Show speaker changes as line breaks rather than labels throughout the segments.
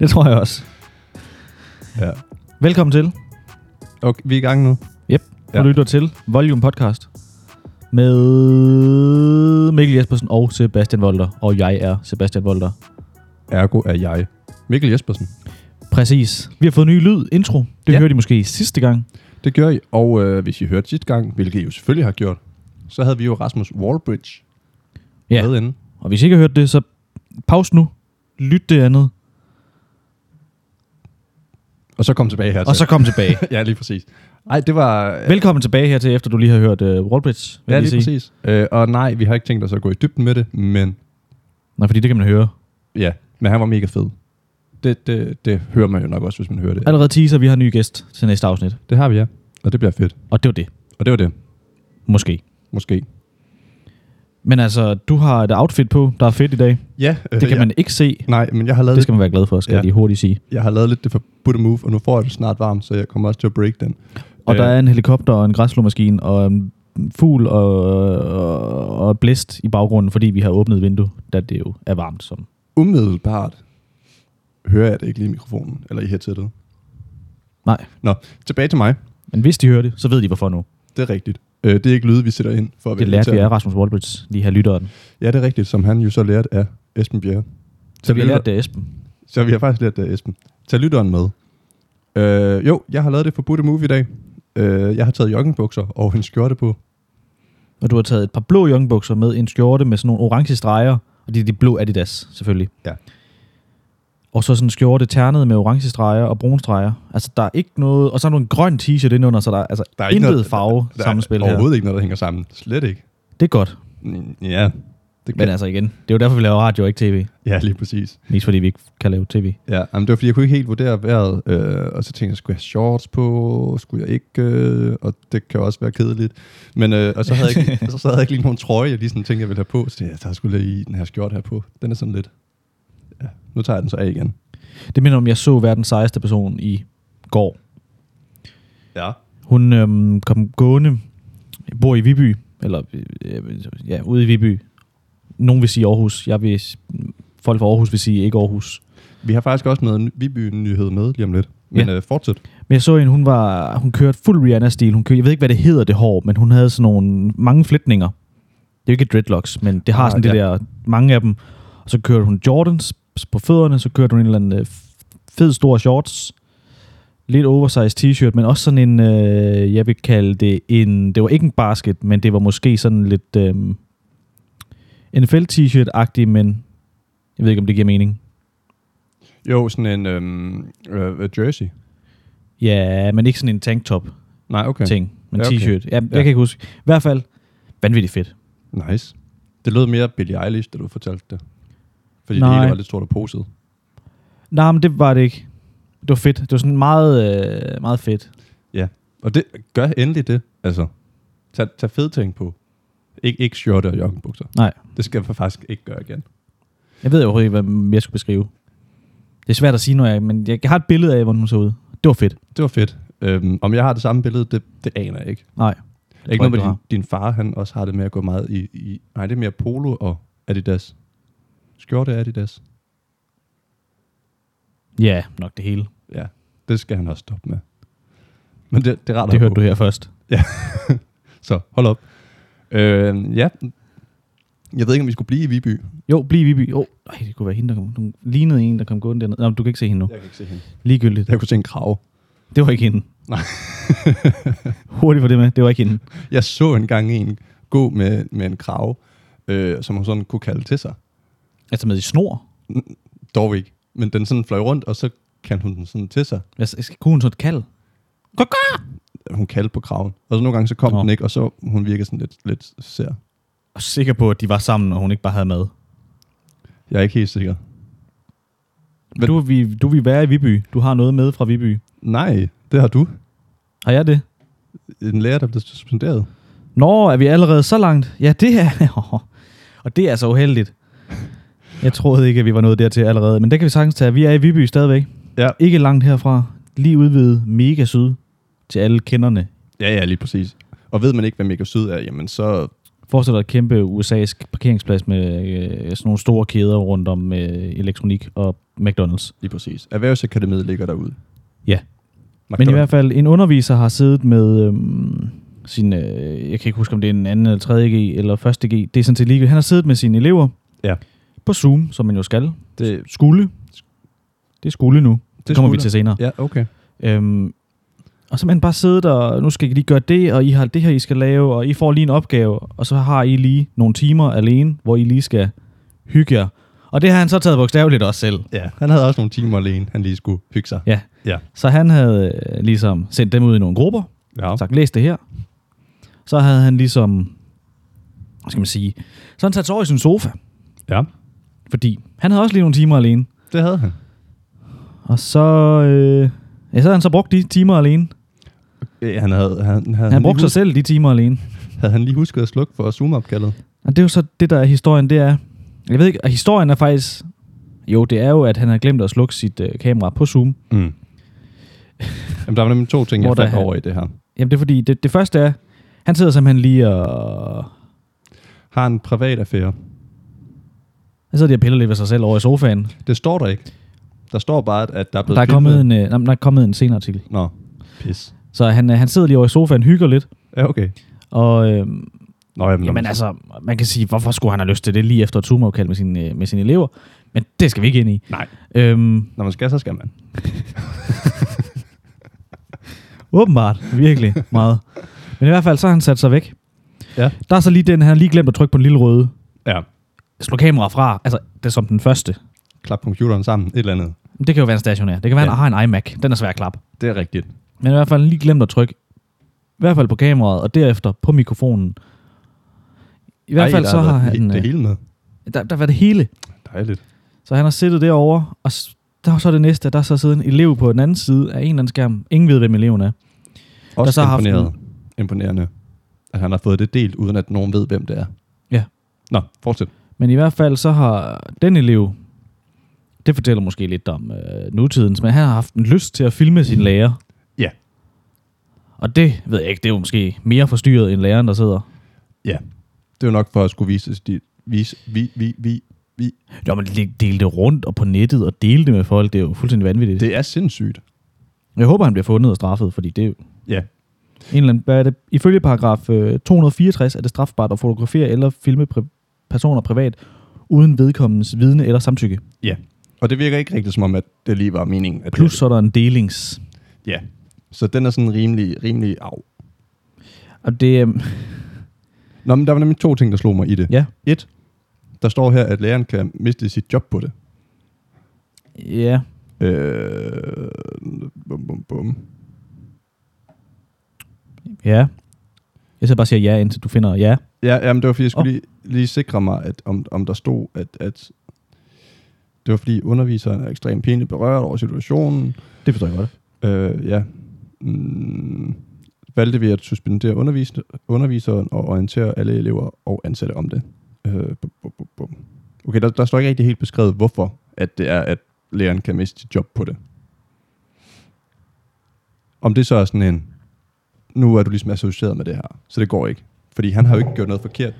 Det tror jeg også.
Ja.
Velkommen til.
Okay, vi er i gang nu.
Du
Ja.
lytter til Volume Podcast med Mikkel Jespersen og Sebastian Volter. Og jeg er Sebastian Volter.
Ergo er jeg. Mikkel Jespersen.
Præcis. Vi har fået ny lyd, intro. Det ja.
Ja.
hørte I måske sidste gang.
Det gør I, og øh, hvis I hørte sidste gang, hvilket I jo selvfølgelig har gjort, så havde vi jo Rasmus Wallbridge
Ja.
med inde.
Og hvis I ikke har hørt det, så pause nu. Lyt det andet.
Og så kom tilbage her
Og så kom tilbage.
ja, lige præcis. Nej, det var...
Velkommen tilbage hertil, efter du lige har hørt uh, Wallbridge. vil
ja,
jeg
lige
sige.
præcis. Øh, og nej, vi har ikke tænkt os at gå i dybden med det, men
Nej, fordi det kan man høre.
ja, men han var mega fed. Det, det, det hører man jo nok også, hvis man hører det.
Allerede teaser, vi har en ny gæst til næste afsnit.
Det har vi, ja. Og det bliver fedt.
Og det var det.
Og det var det.
Måske.
Måske.
Men altså, du har et outfit på, der er fedt i dag.
Ja, øh,
Det kan
jeg,
man ikke se.
Nej, men jeg har lavet
Det skal man være glad for, skal ja.
Ja.
jeg lige hurtigt sige.
Jeg har lavet lidt det forbudte move, og nu får jeg det snart varmt, så jeg kommer også til at break den.
Og
Øh,
der er en helikopter og en græsslåmaskine og en fugl og, og, og blæst i baggrunden, fordi vi har åbnet vindue, da det jo er varmt. Som.
Umiddelbart hører jeg det ikke lige i mikrofonen, eller i headsettet.
Nej,
Nå, tilbage til mig.
men hvis de hører det, så ved de hvorfor nu.
Det er rigtigt. Øh, det er ikke lyde, vi sætter ind for at
Det lærte
være
vi
irriterende.
af Rasmus Wallbridge, lige her lytteren.
Ja, det er rigtigt, som han jo så lærte af Esben Bjerre.
Så vi har
lytter-
lært det af Esben.
Så vi har faktisk lært det af Esben. Tag lytteren med. Øh, jo, jeg har lavet det forbudte move i dag. Øh, jeg har taget joggingbukser og en skjorte på.
Og du har taget et par blå joggingbukser med en skjorte med sådan nogle orange streger. Og det er de blå Adidas, selvfølgelig.
Ja.
Og så sådan en skjorte ternet med orange streger og brune streger. Altså, der er ikke noget... Og så er der en grøn t-shirt indenunder, så der er, altså, der er intet
noget-
noget, farve
der er
sammenspil her.
Overhovedet ikke noget, der hænger sammen. Slet ikke.
Det er godt.
Mm, Ja, det
Men øh,
kan.
altså igen, det er jo derfor, vi laver radio og ikke tv.
Ja, lige præcis.
Mest fordi vi ikke kan lave tv.
Ja, jamen, det var fordi, jeg kunne ikke helt vurdere vejret, øh, og så tænkte jeg, skulle jeg have shorts på, skulle jeg ikke, øh, og det kan jo også være kedeligt. Men, øh, og så havde, jeg ikke, så, så havde jeg ikke lige nogen trøje, jeg lige sådan tænkte, jeg ville have på, så tænkte jeg, jeg tager sgu lige den her skjort her på. Den er sådan lidt, ja, nu tager jeg den så af igen.
Det minder om, jeg så verdens sejeste person i går.
Ja.
Hun øhm, kom gående, bor i Viby, eller øh, ja, ude i Viby. Nogen vil sige Aarhus, jeg vil, folk fra Aarhus vil sige ikke Aarhus.
Vi har faktisk også noget ny- Viby-nyhed med lige om lidt, men øh, fortsæt.
Men jeg så en, hun, var, hun kørte fuld Rihanna-stil. Hun kørte, jeg ved ikke, hvad det hedder, det hår, men hun havde sådan nogle mange flætninger. Det er jo ikke dreadlocks, men det har
Ah,
sådan det
ja.
der mange af dem. Og så kørte hun Jordans på fødderne, så kørte hun en eller anden øh, fed stor shorts. Lidt oversized t-shirt, men også sådan en, øh, jeg vil kalde det en, det var ikke en basket, men det var måske sådan lidt øh, NFL t-shirt-agtig, men jeg ved ikke, om det giver mening.
Jo, sådan en øhm, øh, jersey.
Ja, men ikke sådan en tanktop.
Nej, okay.
ting. Men
Ja,
ja,
okay.
okay. t-shirt. Ja, jeg
Ja.
ja. kan ikke huske. I hvert fald, vanvittigt fedt.
Nice. Det lød mere Billie Eilish, da du fortalte det. Fordi det
Nej.
hele var lidt stort og poset.
Nej, men det var det ikke. Det var fedt. Det var sådan meget, øh, meget fedt.
Og det, gør endelig det. Altså, tag, tag fede ting på. Ik- ikke skjorte og joggingbukser.
Nej.
Det skal jeg faktisk ikke gøre igen.
Jeg ved jo ikke, hvad jeg skulle beskrive. Det er svært at sige, når jeg, men jeg har et billede af, hvordan hun så ud. Det var fedt.
Det var fedt. Øhm, om jeg har det samme billede, det, det aner jeg ikke.
Nej.
Det er ikke
tror jeg
noget med
ikke, du
din, din far, han også har det med at gå meget i, i... Nej, det er mere polo og Adidas. Skjorte og Adidas.
Ja, nok det hele.
Ja, det skal han også stoppe med. Men det, det er rart
Det
at
hørte
høre
du her først.
Så hold op. Øh, ja. Jeg ved ikke, om vi skulle blive i Viby.
Jo, bliv i Viby. Oh, ej, det kunne være hende, der kom. Hun lignede en, der kom gående dernede. Nå, men du kan ikke se hende nu.
Jeg kan ikke se hende.
Ligegyldigt.
Jeg kunne se en krav.
Det var ikke hende.
Nej.
Hurtigt for det med. Det var ikke hende.
Jeg så engang en gå med, med en krav, øh, som hun sådan kunne kalde til sig.
Altså med i snor.
Dog ikke. Men den sådan fløj rundt, og så kan hun den sådan til sig.
Jeg Altså, skal kunne hun så et kald.
Hun kaldte på kraven. Og så nogle gange så kom
Nå.
den ikke, og så hun virkede sådan lidt, lidt sær.
Og sikker på, at de var sammen, og hun ikke bare havde mad.
Jeg er ikke helt sikker. Men-
Men du, vi, du vil være i Viby. Du har noget med fra Viby.
Nej, det har du.
Har jeg det?
En lærer, der blev suspenderet.
Nå, er vi allerede så langt? Ja, det er... Og det er så uheldigt. Jeg troede ikke, at vi var nået dertil allerede, men det kan vi sagtens tage. Vi er i Viby stadigvæk.
Ja.
Ikke langt herfra. Lige ude ved Mega Syd til alle kenderne.
Ja, ja, lige præcis. Og ved man ikke, hvad Mega Syd er, jamen så
Forestil dig et kæmpe USA's parkeringsplads med øh, sådan nogle store kæder rundt om øh, elektronik og McDonald's.
Lige præcis. Erhvervsakademiet ligger derude.
Ja. Men i hvert fald, en underviser har siddet med øhm, sin, øh, jeg kan ikke huske, om det er en anden eller 3.G eller 1.G, det er sådan set ligegyldigt. Han har siddet med sine elever
Ja.
på Zoom, som man jo skal.
Det-
skulle. Det er skulle nu. Det, det kommer vi til senere.
Ja, okay.
Øhm, og så man bare siddet og, nu skal I lige gøre det, og I har det her, I skal lave, og I får lige en opgave, og så har I lige nogle timer alene, hvor I lige skal hygge jer. Og det har han så taget bogstaveligt også selv.
Ja, han havde også nogle timer alene, han lige skulle hygge sig.
Ja.
Ja.
Så han havde øh, ligesom sendt dem ud i nogle grupper,
ja.
sagt, læs det her. Så havde han ligesom, hvad skal man sige, så han sat sig over i sin sofa,
ja.
fordi han havde også lige nogle timer alene.
Det havde han.
Og så, øh, ja, så havde han så brugt de timer alene.
Øh, Han havde, han, havde,
Han, han brugte
lige
sig selv de timer alene.
hus- havde han lige husket at slukke for Zoom-opkaldet.
Og det er jo så det, der er historien, det er... Jeg ved ikke, og historien er faktisk... Jo, det er jo, at han har glemt at slukke sit øh, kamera på Zoom.
Mm. Jamen, der var nemlig to ting, jeg
Hvor der
fandt
han-
over i det her.
Jamen, det er fordi, det, det første er... Han sidder simpelthen lige og...
Har en privat affære.
Han sidder lige og piller lidt ved sig selv over i sofaen.
Det står der ikke. Der står bare, at der er blevet
Der er,
filmet-
kommet en, øh, nej, men der er kommet en senere artikel.
Nå, pis.
Så han, øh, han sidder lige over i sofaen, hygger lidt.
Ja, okay.
Og øh,
Nå, jamen,
jamen, altså, man kan sige, hvorfor skulle han have lyst til det lige efter et Zoom-opkald med, sin, øh, med sine elever? Men det skal vi ikke ind i.
Nej,
Øhm,
når man skal, så skal man.
åbenbart, virkelig meget. Men i hvert fald, så har han sat sig væk.
Ja.
Der er så lige den, han har lige glemt at trykke på den lille røde.
Ja,
slå kameraet fra, altså det er som den første.
klap computeren sammen, et eller andet.
Men Det kan jo være en stationær. Det kan være, ja.
Ja.
han har en iMac. Den er svær at klappe.
Det er rigtigt.
Men i hvert fald lige glemt at trykke. I hvert fald på kameraet, og derefter på mikrofonen. I hvert fald
der
så
har
har
været
han...
he- Det
øh,
hele med.
Der, der var det hele.
Dejligt.
Så han har siddet derovre, og s- der er så det næste, at der er så sidder en elev på den anden side af en eller anden skærm. Ingen ved, hvem eleven er.
Også
så
så
har haft
imponeret. imponerende, at han har fået det delt, uden at nogen ved, hvem det er.
Ja.
Nå, fortsæt.
Men i hvert fald så har den elev, det fortæller måske lidt om øh, nutidens, men han har haft en lyst til at filme sin lærer.
Ja.
Og det ved jeg ikke, det er jo måske mere forstyrret end læreren, der sidder.
Ja. Det er jo nok for at skulle vise sit... Vise, vi, vi, vi, vi.
Jo, men de- dele det rundt og på nettet og dele det med folk, det er jo fuldstændig vanvittigt. Det.
Det er sindssygt.
Jeg håber, han bliver fundet og straffet, fordi det er jo
Ja.
en eller anden, hvad er det? Ifølge paragraf øh, 264 er det strafbart at fotografere eller filme pri- personer privat uden vedkommens vidne eller samtykke.
Ja. Og det virker ikke rigtigt som om, at det lige var meningen. At
Plus
Det,
så er der en delings
ja. Så den er sådan rimelig, rimelig af.
Og det, øhm,
Nå, men der var nemlig to ting, der slog mig i det.
ja,
Et, der står her, at læreren kan miste sit job på det.
ja,
Øh, bum, bum, bum.
ja. Jeg så bare siger ja, indtil du finder ja.
Ja, jamen, det var fordi, jeg skulle
Åh.
oh. lige, lige sikre mig, at om, om der stod, at, at det var fordi underviseren er ekstremt pinligt berørt over situationen.
Det forstår jeg godt.
Øh, ja. Mm, valgte vi at suspendere undervis, underviseren og orientere alle elever og ansatte om det. Øh, bum, bum, bum, bum. Okay, der, der står ikke rigtig helt beskrevet, hvorfor at det er, at læreren kan miste sit job på det. Om det så er sådan en, nu er du ligesom associeret med det her, så det går ikke. Fordi han har jo ikke gjort noget forkert.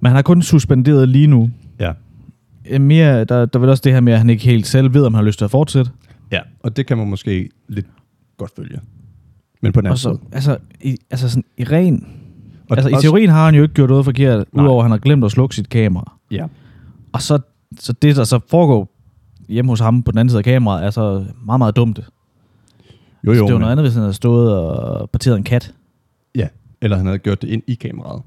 Men han har kun suspenderet lige nu.
Ja.
Øh, Mere, der, der er vel også det her med, at han ikke helt selv ved, om han har lyst til at fortsætte.
Ja, og det kan man måske lidt godt følge. Men på den anden
Og så,
side.
altså, i, altså sådan, i ren...
Og
altså, i
også-
teorien har han jo ikke gjort noget forkert,
Nej.
udover at han har glemt at slukke sit kamera.
Ja.
Og så, så det, der så foregår hjemme hos ham på den anden side af kameraet, er så meget, meget dumt.
Jo,
så Altså, det er jo
men-
noget andet, hvis han havde stået og parteret en kat.
Ja, eller han havde gjort det ind i kameraet.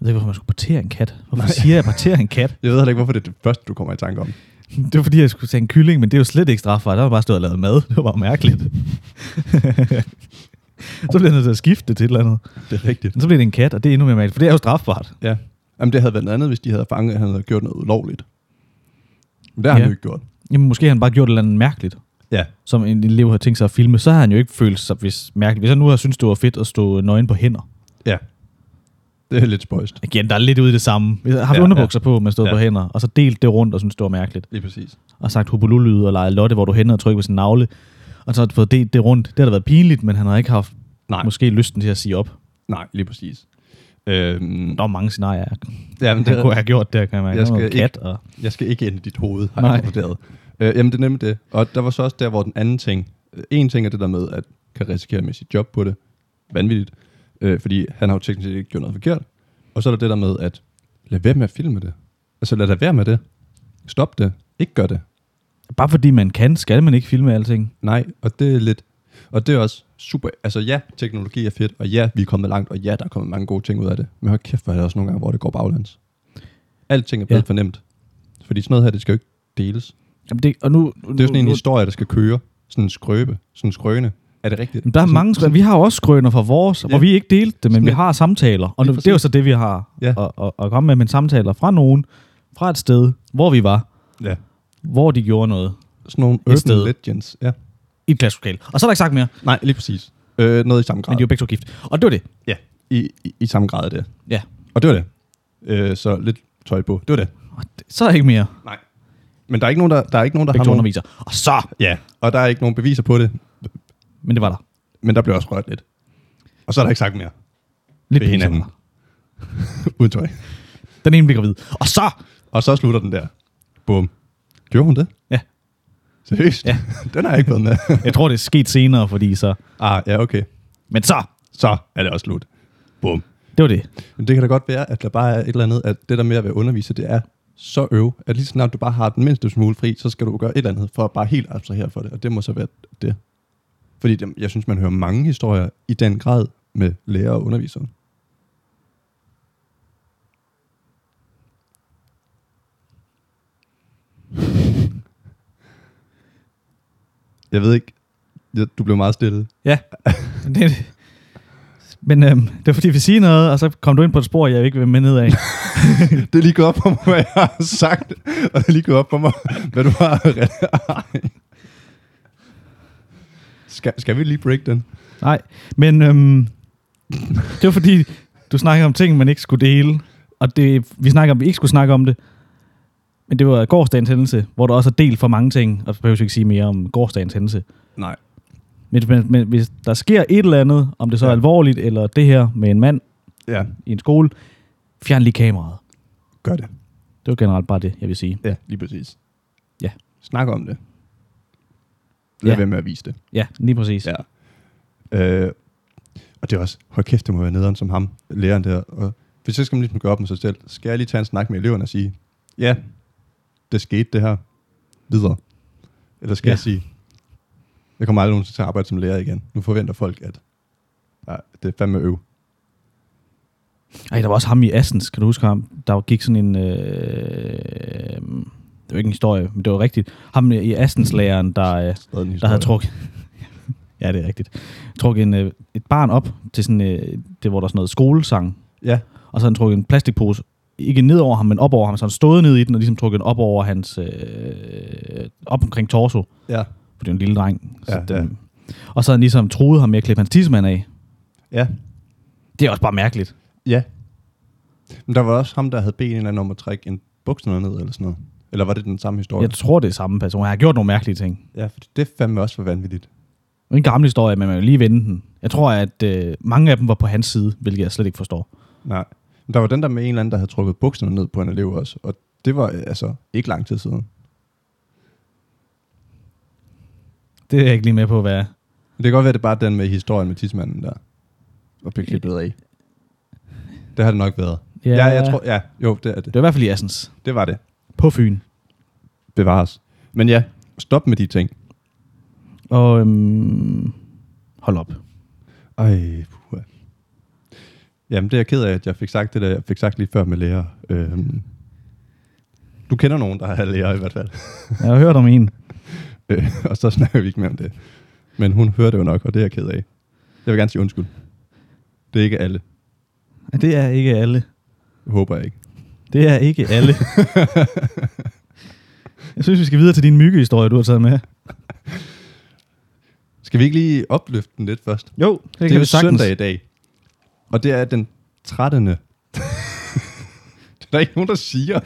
Jeg ved ikke, hvorfor man skulle partere en kat. Hvorfor Nej. siger jeg, partere en kat?
Jeg ved heller ikke, hvorfor det er det første, du kommer i tanke om.
Det var fordi, jeg skulle tage en kylling, men det er jo slet ikke strafbart. Der var bare stået og lavet mad. Det var bare mærkeligt. så bliver jeg nødt til at skifte det til et eller andet.
Det er rigtigt.
Men så bliver det en kat, og det er endnu mere mærkeligt, for det er jo strafbart.
Ja. Jamen, det havde været noget andet, hvis de havde fanget, at han havde gjort noget ulovligt. Men det har
Ja.
ja. han jo ikke gjort.
Jamen, måske har han bare gjort et eller andet mærkeligt,
Ja.
som en elev har tænkt sig at filme. Så har han jo ikke følt sig hvis mærkeligt. Hvis han nu har syntes, det var fedt at stå nøgen på hænder.
Ja. Det er lidt spøjst.
Igen, der er lidt ude i det samme. Hvis han har haft
Ja,
underbukser på, men stået
Ja.
på hænder, og så delt det rundt og synes det var mærkeligt.
Lige præcis.
Og sagt hubululyd og leget Lotte, hvor du hænder og trykker på sin navle. Og så har du fået delt det rundt. Det har da været pinligt, men han har ikke haft
Nej.
måske lysten til at sige op.
Nej, lige præcis. Øhm,
Der var mange scenarier.
ja, men
Det kunne jeg have gjort der, kan jeg mærke.
Jeg
Jeg skal
skal
kat og...
Jeg skal ikke ind i dit hoved, har jeg
Nej.
vurderet. Øh, jamen, det er nemlig det. Og der var så også der, hvor den anden ting... øh, En ting er det der med, at kan risikere med sit job på det. Vanvittigt. Øh, fordi han har jo teknisk set ikke gjort noget forkert. Og så er der det der med, at lad være med at filme det. Altså lad da være med det. Stop det. Ikke gør det.
Bare fordi man kan, skal man ikke filme alting.
Nej, og det er lidt... Og det er også super... Altså ja, teknologi er fedt, og ja, vi er kommet langt, og ja, der er kommet mange gode ting ud af det. Men hold kæft, hvor er det også nogle gange, hvor det går baglæns. Alting er blevet
Ja.
ja. fornemt. Fordi sådan noget her, det skal jo ikke deles.
Jamen det, og nu,
Det er jo sådan en
nu,
historie, der skal køre. Sådan en skrøbe. Sådan en skrøne. Er det rigtigt?
Jamen, der er
sådan,
mange skrøner. Vi har jo også skrøner fra vores, ja. hvor
Ja.
vi ikke delte det, men vi
Sådan-
har samtaler. Og
Lige
nu, det er jo
præcis.
så det, vi har
Ja.
at, at, at komme med, men samtaler fra nogen, fra et sted, hvor vi var,
Ja.
hvor de gjorde noget.
Sådan nogle urban
sted.
legends. Ja.
I et klasselokale. Og så er der ikke sagt mere,
Nej, lige præcis. Øh, noget i samme grad.
men de er jo begge to gift. Og det var det.
Ja, i, i, i samme grad af det.
Ja.
Og det var det. Øh, så lidt tøj på. Det var det.
Og det- Så er der ikke mere.
Nej. Men der er ikke nogen, der, der, er ikke nogen, der
Begge
har
to
nogen...
underviser. Og så!
Ja, og der er ikke nogen beviser på det.
Men det var der.
Men der blev også rørt lidt. Og så er der ikke sagt mere.
Lidt
Ved
pinsomt.
hinanden. Uden tøj.
Den ene bliver gravid. Og så!
Og så slutter den der. Bum. Gjorde hun det?
Ja.
Seriøst?
Ja.
den har jeg ikke været med.
Jeg tror, det er sket senere, fordi så...
ah, ja, okay.
Men så!
Så er det også slut. Bum.
Det var det.
Men det kan da godt være, at der bare er et eller andet, at det der med at være underviser, det er så øv, at lige så snart du bare har den mindste smule fri, så skal du gøre et eller andet for at bare helt abstrahere for det, og det må så være det. Fordi det, jeg synes, man hører mange historier i den grad med lærere og undervisere. Jeg ved ikke, Ja, du blev meget stille.
Ja. Men det, men øhm, det var fordi, vi siger noget, og så kom du ind på et spor, jeg ikke vil med ned af.
Det er lige gået op for mig, hvad jeg har sagt, og det er lige gået op for mig, hvad du har. skal, skal vi lige break den?
Nej, men øhm, det var fordi, du snakkede om ting, man ikke skulle dele, og det, vi snakker om, vi ikke skulle snakke om det, men det var gårdsdagens hændelse, hvor der også er delt for mange ting, og så behøver jeg ikke sige mere om gårdsdagens hændelse.
Nej.
Men, men, men hvis der sker et eller andet, om det så er
Ja.
alvorligt, eller det her med en mand
Ja,
i en skole, fjern lige kameraet.
gør det.
Det var generelt bare det, jeg vil sige.
Ja, lige præcis.
Ja.
Snak om det. Lad
Ja.
ja. være med at vise det.
Ja, lige præcis.
Ja. Øh, og det er også, hold kæft, det må være nederen som ham, læreren der. Og hvis jeg skal man ligesom gøre op med sig selv, skal jeg lige tage en snak med eleverne og sige, ja, det skete det her, videre. Eller skal
Ja.
ja. jeg sige, jeg kommer aldrig nogensinde til at arbejde som lærer igen. Nu forventer folk, at nej, det er fandme øv.
Ej, der var også ham i Assens, kan du huske ham? Der gik sådan en... Øh, det var ikke en historie, men det var rigtigt. Ham i Assens-læreren, der, øh,
Stadig en
der
historie.
havde trukket... ja, det er rigtigt. Trukket en, øh, et barn op til sådan... Øh, det var der sådan noget skolesang.
Ja,
Og så havde han trukket en plastikpose, ikke ned over ham, men op over ham. Så han stod ned i den og ligesom trukket den op over hans... Øh, op omkring torso,
ja,
for det er jo en lille dreng. Så
Ja,
den, Og så havde han ligesom troet ham med at klippe hans tissemand af.
ja,
Det er også bare mærkeligt.
ja. Men der var også ham, der havde bedt en eller anden om at trække en bukserne ned eller sådan noget. Eller var det den samme historie?
Jeg tror, det er samme person. Han har gjort nogle mærkelige ting.
Ja, for det er fandme også for vanvittigt.
Det er en gammel historie, men man vil lige vende den. Jeg tror, at øh, mange af dem var på hans side, hvilket jeg slet ikke forstår.
Nej. Men der var den der med en eller anden, der havde trukket bukserne ned på en elev også, og det var øh, altså ikke lang tid siden.
Det er jeg ikke lige med på, hvad...
Men det kan godt være, det er bare den med historien med tidsmanden der, og blev klippet af. Det har det nok været. Ja, ja, jeg tror, ja jo, det er det.
Det var i hvert fald i Assens.
Det var det.
På Fyn.
Bevares. Men ja, stop med de ting.
Og øhm, hold op.
Ej, puha. Jamen, det er jeg ked af, at jeg fik sagt det der, jeg fik sagt lige før med lærer. Øhm, du kender nogen, der er lærer i hvert fald.
Jeg har hørt om en.
Øh, og så snakker vi ikke mere om det. Men hun hører det jo nok, og det er jeg ked af. Jeg vil gerne sige undskyld. Det er ikke alle.
Det er ikke alle.
Håber jeg ikke.
Det er ikke alle. jeg synes, vi skal videre til din myggehistorie, du har taget med.
Skal vi ikke lige opløfte den lidt først? Det,
Jo, det, det
er
kan vi sagtens.
søndag i dag. Og det er den 13. det er der ikke nogen, der siger.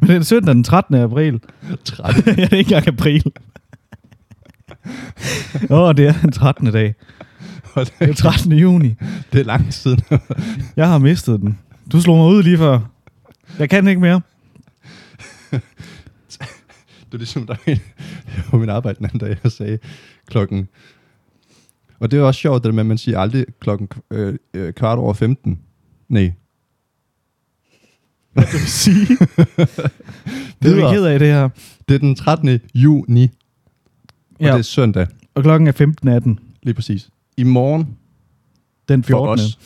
Men det er søndag den 13. april.
13.
ja, det er ikke engang april. Åh, oh, det er den 13. dag.
Hold
Det er 13. juni.
det er lang tid siden.
Jeg har mistet den. Du slog mig ud lige før. Jeg kan ikke mere.
Det er ligesom der jeg var på min arbejde den anden dag, jeg sagde klokken... Og det er også sjovt, det der med, at man siger aldrig klokken øh, øh, kvart over 15. Nej.
Hvad vil du sige? det er
Videre.
vi ked af, det her.
Det er den 13. juni, og ja. det
Ja.
er søndag,
Og klokken er 15.18.
lige præcis. I morgen
Den
for
14.
os.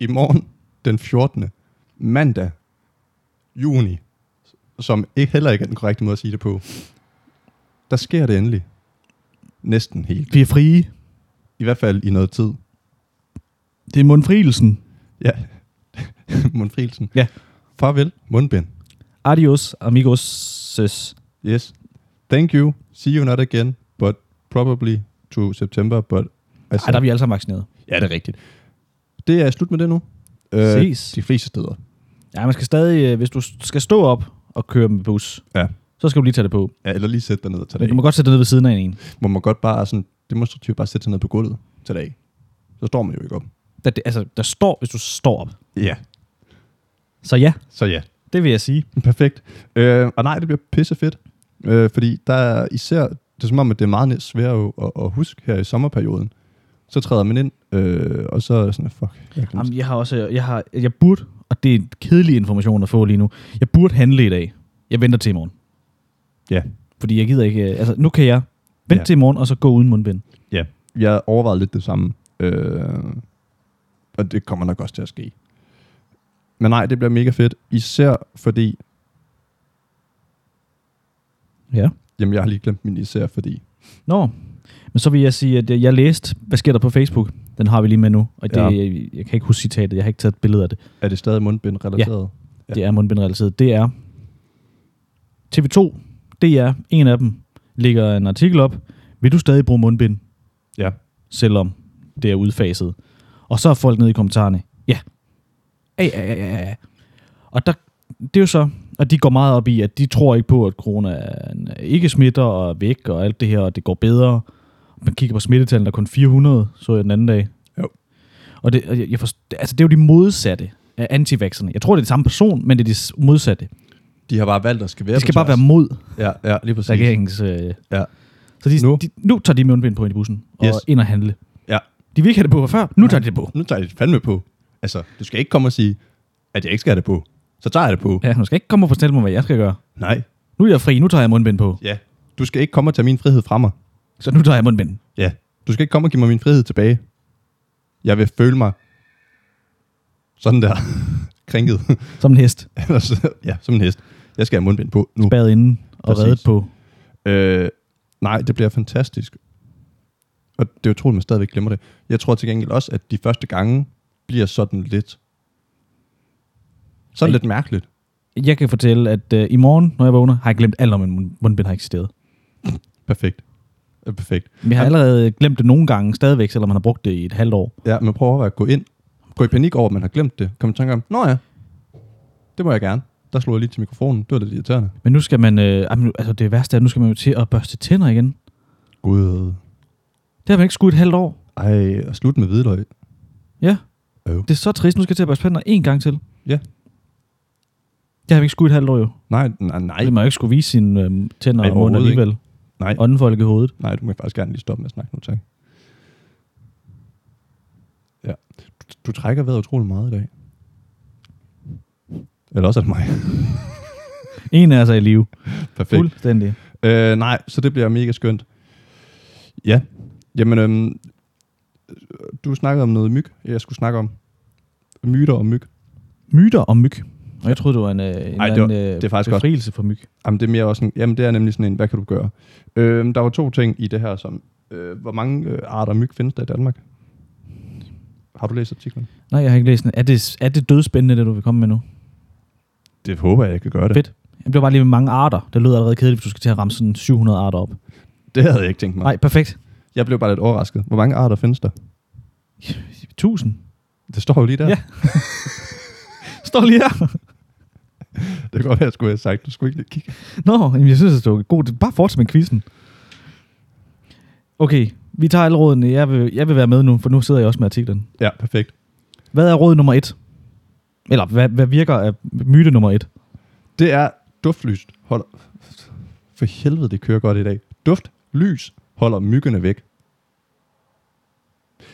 I morgen den 14. mandag juni, som ikke heller ikke er den korrekte måde at sige det på, der sker det endelig. Næsten helt.
Vi er frie.
I hvert fald i noget tid.
Det er mundfrielsen.
Ja. Mundfrielsen.
Ja.
Farvel, mundbind.
Adios, amigos. Ses.
Yes. Thank you. See you not again, but probably to September, but...
Ej, der er vi alle sammen vaccineret.
Ja, det er rigtigt. Det er slut med det nu. Øh,
Ses.
De fleste steder.
Ja, man skal stadig, øh, hvis du skal stå op og køre med bus,
Ja.
så skal du lige tage det på.
ja eller lige sætte dig ned og tage
Men
det
du må godt sætte det ned ved siden af en.
Må man godt bare sådan demonstrativt bare sætte sig ned på gulvet til dag. Så står man jo ikke op.
Der, det- altså, der står, hvis du står op.
Ja.
Så ja,
Så ja.
det vil jeg sige.
Perfekt. Øh, og nej, det bliver pisse fedt. Øh, fordi der er især, det er som om, at det er meget svært at, at huske her i sommerperioden. Så træder man ind, øh, og så er det sådan, fuck. Jeg glemte.
Jamen, jeg har også, jeg har, jeg burde, og det er en kedelig information at få lige nu, jeg burde handle i dag. Jeg venter til i morgen.
Ja.
Fordi jeg gider ikke, øh, altså nu kan jeg vente
Ja.
ja. til i morgen, og så gå uden mundbind.
Ja, jeg overvejede lidt det samme. Øh, og det kommer nok også til at ske. Men nej, det bliver mega fedt. Især fordi...
Ja.
Jamen, jeg har lige glemt min især fordi.
Nå, men så vil jeg sige, at jeg, jeg læste, hvad sker der på Facebook? Den har vi lige med nu, og det,
Ja.
ja. jeg, jeg kan ikke huske citatet, jeg har ikke taget et billede af det.
Er det stadig mundbind relateret? Ja.
Ja. Det er mundbindrelateret. Det er TV2, DR, en af dem, lægger en artikel op. Vil du stadig bruge mundbind,
Ja.
selvom det er udfaset? Og så er folk nede i kommentarerne. Ja. Ja, ja, ja, ja, ja. Og der, det er jo så, og de går meget op i, at de tror ikke på, at corona ikke smitter og er væk og alt det her, og det går bedre. Man kigger på smittetallene, der er kun 400, så jeg den anden dag.
Jo.
Og det, og jeg, jeg forst- altså, det er jo de modsatte af antivaxerne. Jeg tror, det er de samme person, men det er de s- modsatte.
De har bare valgt at skal være
Det skal
på
bare være
tværs.
mod
Ja, ja, lige præcis.
regeringens... Øh.
Ja.
Så de,
Nu.
nu. De, nu tager de mundbind på ind i bussen og
Yes.
ind og handle.
Ja.
De vil ikke have det på før, nu tager de det på.
Nu tager jeg det fandme på. Altså, du skal ikke komme og sige, at jeg ikke skal have det på. Så tager jeg det på. Ja.
Ja, nu skal jeg ikke komme og fortælle mig, hvad jeg skal gøre.
Nej.
Nu er jeg fri, nu tager jeg mundbind på.
Ja. Du skal ikke komme og tage min frihed fra mig.
Så nu tager jeg mundbind.
Ja. Du skal ikke komme og give mig min frihed tilbage. Jeg vil føle mig sådan der, krænket.
Som en hest,
Ellers, ja, som en hest. Jeg skal have mundbind på nu.
bad inden og
Uh. Præcis.
reddet på.
Øh, nej, det bliver fantastisk. Og det er utroligt, man stadigvæk glemmer det. Jeg tror til gengæld også, at de første gange bliver sådan lidt... Sådan
Ej.
lidt mærkeligt.
Jeg kan fortælle, at øh, i morgen, når jeg vågner, har jeg glemt alt om, at mund- mundbind har eksisteret.
Perfekt. Ja, Perfekt.
Men jeg har allerede glemt det nogle gange stadigvæk, selvom man har brugt det i et halvt år.
Ja, men prøv at overveje at gå ind. Gå i panik over, at man har glemt det. Kom i tanke om, nå ja, det må jeg gerne. Der slog jeg lige til mikrofonen. Det var lidt irriterende.
Men nu skal man... Øh, jamen, nu- altså det værste er, at nu skal man jo til at børste tænder igen.
Gud.
Det har man ikke skudt et halvt år.
Ej, og slut med hvidløg.
Ja.
Øv.
Det er så trist. Nu skal jeg til at børste tænder en gang til.
Ja.
Det har vi ikke skudt et halvt år jo.
Nej, nej, nej.
Det må jo ikke skulle vise sine øhm, tænder
Nej,
og mund
overhovedet
alligevel.
Nej,
Åndenfolk i hovedet.
Nej, du må faktisk gerne lige stoppe med at snakke nu, tak. Ja. Du, du trækker vejret utrolig meget i dag. Eller også er det mig.
En af os er i live.
Perfekt.
Fuldstændig.
Øh, nej, så det bliver mega skønt. Ja. Jamen, øhm, du snakkede om noget myg, jeg skulle snakke om. Myter og myg.
Myter om myg. Og jeg troede, det var en, øh, en
var-
anden, øh,
det er faktisk godt.
befrielse for myg.
Jamen, det er mere også en, jamen, det er nemlig sådan en, hvad kan du gøre? Øhm, der var to ting i det her, som, øh, hvor mange øh, arter af myg findes der i Danmark? Har du læst artiklen?
Nej, jeg har ikke læst den. Er det, er det dødspændende, det du vil komme med nu?
Det håber jeg, jeg kan gøre det.
Fedt. Jeg bliver bare lige med mange arter. Det lyder allerede kedeligt, hvis du skal til at ramme sådan 700 arter op.
Det havde jeg ikke tænkt mig.
Nej, perfekt.
Jeg blev bare lidt overrasket. Hvor mange arter findes der?
1000.
Det står jo lige der.
Ja. Står lige her.
Det kan godt være, jeg skulle have sagt. Du skulle ikke lige kigge.
Nå, jamen, jeg synes, det var god. Bare fortsæt med quizzen. Okay, Vi tager alle rådene. Jeg vil, jeg vil være med nu, for nu sidder jeg også med artiklen.
Ja, perfekt.
Hvad er råd nummer et? Eller hvad, hvad virker af myte nummer et?
Det er duftlys. Hold For helvede, det kører godt i dag. Duft, lys, holder myggene væk.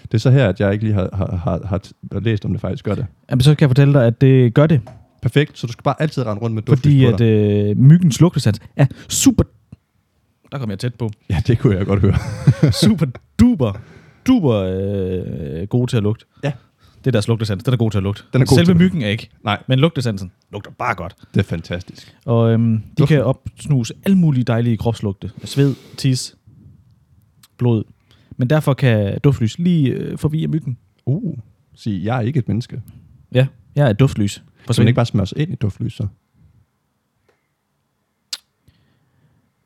Det er så her, at jeg ikke lige har, har, har, har har læst, om det faktisk gør det.
Jamen, så kan jeg fortælle dig, at det gør det.
Perfekt, så du skal bare altid rende rundt med duftlys
Fordi
på
at
dig.
øh, myggens lugtesans er super... Der kom jeg tæt på.
Ja, det kunne jeg godt høre.
Super duper, duper øh, gode til at lugte.
Ja.
Det er deres lugtesans. Den er god til at lugte.
Den er god til
Selve
at-
myggen er ikke.
Nej.
Men lugtesansen lugter bare godt.
Det er fantastisk.
Og øhm, de
Duften.
kan opsnuse alle mulige dejlige kropslugte. Sved, tis, blod. Men derfor kan duftlys lige øh, forvirre myggen.
Uh, sig, jeg er ikke et menneske.
Ja, jeg er et duftlys.
Så man
Forsvind.
ikke bare smøre sig ind i duftlys, så?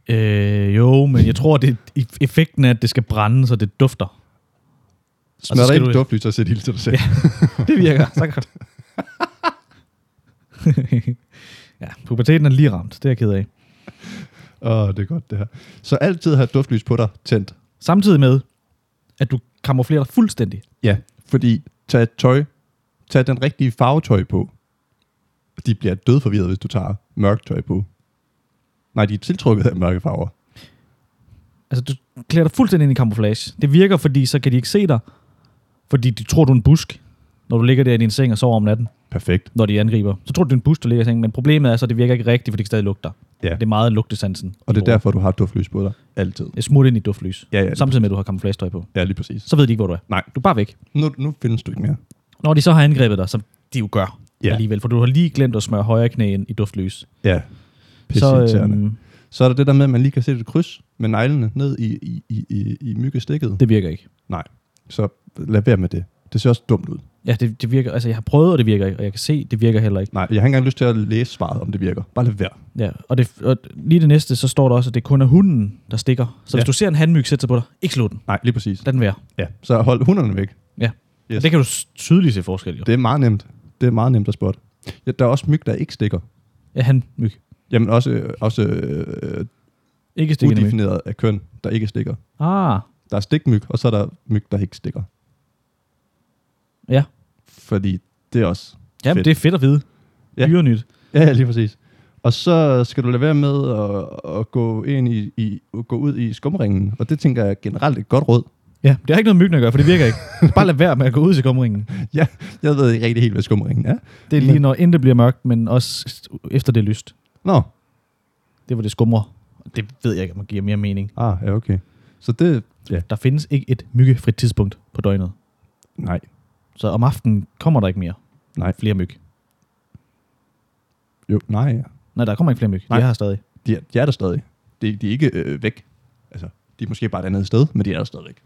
Øh, jo, men jeg tror, det effekten er, at det skal brænde, så det dufter.
Smør dig
skal
ind
du-
i duftlys og sæt ild til dig selv. Ja.
Det virker. Tak godt. ja, puberteten er lige ramt. Det er jeg ked af.
Åh, det er godt det her. Så altid have duftlys på dig tændt.
Samtidig med, at du kamuflerer dig fuldstændig.
Ja, fordi tag tøj, tag den rigtige farvetøj på. De bliver dødforvirret, hvis du tager mørkt tøj på. Nej, de er tiltrukket af mørke farver.
Altså, du klæder dig fuldstændig ind i camouflage. Det virker, fordi så kan de ikke se dig. Fordi de tror, du er en busk, når du ligger der i din seng og sover om natten,
Perfekt.
når de angriber. Så tror du, du er en busk, der ligger i sengen. Men problemet er så, at det virker ikke rigtigt, fordi det stadig lugter.
Ja.
Det er meget lugtesansen.
Og det er
der.
derfor, du har duftlys på dig. Altid.
Jeg smurt ind i duftlys.
Ja, ja, det-
Samtidig med, at du har camouflage på.
Ja, lige præcis.
Så ved de ikke, hvor du er.
Nej.
Du er bare væk.
Nu, nu findes du ikke mere.
Når de så har angrebet dig, som de jo gør
Ja.
alligevel, for du har lige glemt at smøre højre knæ ind i duftlys.
Ja.
Så,
Pisseirriterende.
øhm,
Så er der det der med, at man lige kan sætte et kryds med neglene ned i, i, i, i, i myggestikket.
det virker ikke.
Nej, så lad være med det. Det ser også dumt ud.
Ja, det, det virker, altså jeg har prøvet, og det virker ikke, og jeg kan se, det virker heller ikke.
Nej, jeg har ikke engang lyst til at læse svaret, om det virker. Bare lad være.
Ja, og, det, og lige det næste, så står der også, at det kun er hunden, der stikker. Så hvis
Ja.
du ser en handmyg sætte sig på dig, ikke slå den.
Nej, lige præcis.
Lad den være.
Ja, så hold hunderne væk.
Ja.
Yes.
Yes. Det kan du s- tydeligt se forskel, jo.
Det er meget nemt. Det er meget nemt at spotte. Ja, der er også myg, der ikke stikker.
Ja, handmyg.
Jamen også, øh, også øh,
Ikke stikkende myg.
udefineret af køn, der ikke stikker.
Ah,
Der er stikmyg, og så er der myg, der ikke stikker.
ja.
Fordi det er også...
Jamen,
Fedt.
det er fedt at vide.
Ja.
Ja. Dyrenyt.
Ja, ja, lige præcis. Og så skal du lade være med at, at gå, ind i, i, gå ud i skumringen. Og det tænker jeg generelt et godt råd.
Ja, det har ikke noget med myggen at gøre, for det virker ikke. Bare lad være med at gå ud til kumringen.
Ja, jeg ved ikke rigtig helt, hvad skumringen er.
Det er lige, når inden det bliver mørkt, men også efter det er lyst.
Nå,
Det var det skummer. Det ved jeg ikke, om det giver mere mening.
ah, ja, okay. Så det... Ja,
Der findes ikke et myggefrit tidspunkt på døgnet.
nej,
Så om aftenen kommer der ikke mere.
nej.
Flere myg.
Jo, nej.
Nej, der kommer ikke flere myg.
Nej.
De er her stadig.
De er, de er der stadig. De, de er ikke øh, væk. Altså, de er måske bare et andet sted, men de er der stadigvæk.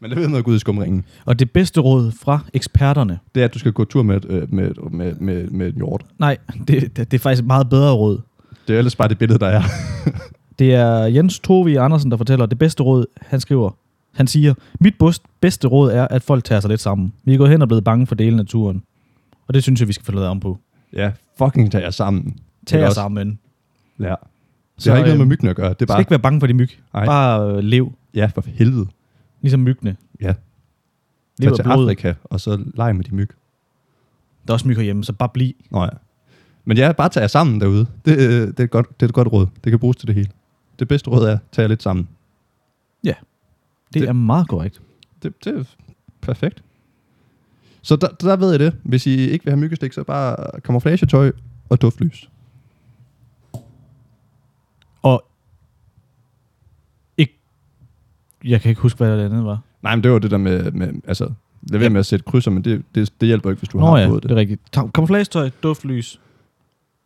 Men der ved noget ud i skumringen.
Og det bedste råd fra eksperterne,
Det er, at du skal gå tur med et, øh, med, et- med, med, med et hjort.
nej, det, det, det er faktisk et meget bedre råd.
Det er ellers bare det billede, der er.
Det er Jens Tove Andersen, der fortæller, at det bedste råd, han skriver, han siger, mit bus- bedste råd er, at folk tager sig lidt sammen. Vi er gået hen og blevet bange for dele af naturen. Og det synes jeg, vi skal få lavet om på.
ja, fucking tag jer sammen.
Tag
Ikke
jer
også?
sammen. Det
Ja. Det har ikke noget med myggen at gøre. Det er
Bare... øh, Skal
bare...
ikke være bange for de myg.
Nej.
Nej. Bare øh, lev,
Ja, for helvede.
ligesom myggene.
Ja.
Lev
Tag
af
til
blod.
Afrika, og så leg med de myg.
Der er også myg herhjemme, så bare bliv.
Nå ja. Men ja, bare tag jer sammen derude. Det, øh, det, er et godt, det er et godt råd. Det kan bruges til det hele. Det bedste råd er, tag jer lidt sammen.
Det,
Det-
det er meget korrekt.
Det, det er perfekt. Så der, der ved jeg det. Hvis I ikke vil have myggestik, så bare kamuflagetøj og duftlys.
Og ikke... Jeg kan ikke huske, hvad det andet var.
Nej, men det var det der med, med altså, lad være
Ja.
med at sætte krydser, men det, det, det hjælper ikke, hvis du
Nå
har
ja,
fået
det
det.
er rigtigt. Ta- Kamuflagetøj, duftlys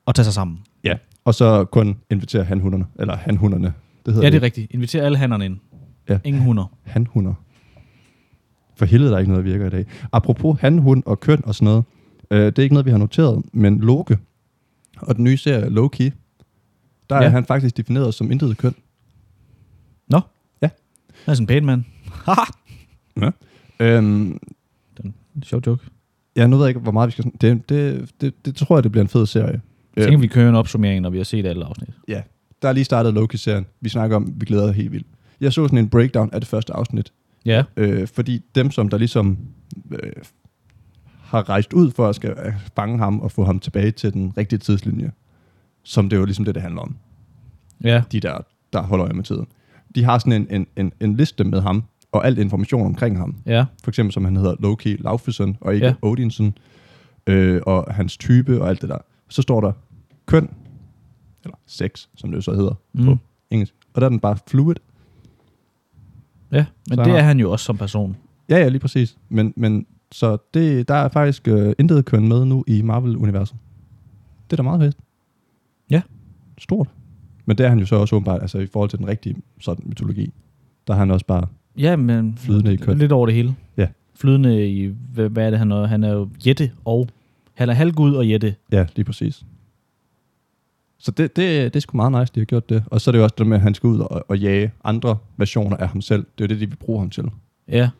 og tage sig sammen.
Ja, og så kun invitere hanhunderne, eller hanhunderne. Det hedder
Ja, det er rigtigt. Inviter alle hannerne ind.
Ja.
Ja. Ingen hunder.
hanhunder. For helvede, der er ikke noget, der virker i dag. Apropos hanhund og køn og sådan noget. Øh, det er ikke noget, vi har noteret, men Loke og den nye serie Loki, der ja. er
Ja.
han faktisk defineret som intet køn.
Nå?
Ja.
Han er sådan en pæn mand. Haha.
Ja. Øhm,
Sjov joke.
ja, nu ved jeg ikke, hvor meget vi skal... sådan- Det, det, det, det tror jeg, det bliver en fed serie.
Jeg tænker, vi kører en opsummering, når vi har set alle afsnit.
Ja, der er lige startet Loki-serien. Vi snakker om, vi glæder os helt vildt. Jeg så sådan en breakdown af det første afsnit,
Ja.
øh, fordi dem, som der ligesom øh, har rejst ud for at skal øh, fange ham og få ham tilbage til den rigtige tidslinje, som det er jo ligesom det, det handler om,
Ja.
de der, der holder øje med tiden, de har sådan en, en, en, en liste med ham og al information omkring ham.
Ja.
For eksempel som han hedder Loki Laufesen og ikke
Ja.
ja. Odinson, øh, og hans type og alt det der. Så står der køn, eller sex, som det jo så hedder mm.
Mm.
på engelsk. Og der er den bare fluid.
Ja, men
Så
det
har-
er han jo også som person.
Ja, ja, lige præcis. Men, men så det, der er faktisk øh, intet køn med nu i Marvel-universet. Det er da meget fedt.
Ja.
Stort. Men det er han jo så også åbenbart, altså i forhold til den rigtige sådan, mytologi, der er han også bare
Ja, men
Flydende i køn.
lidt over det hele.
Ja.
Flydende i, hvad, hvad er det han er? Han er jo jætte og, han er halvgud og jætte.
Ja, lige præcis. Så det, det, det er sgu meget nice, de har gjort det. Og så er det jo også det med, at han skal ud og, og jage andre versioner af ham selv. Det er jo det, de vil bruge ham til.
Ja.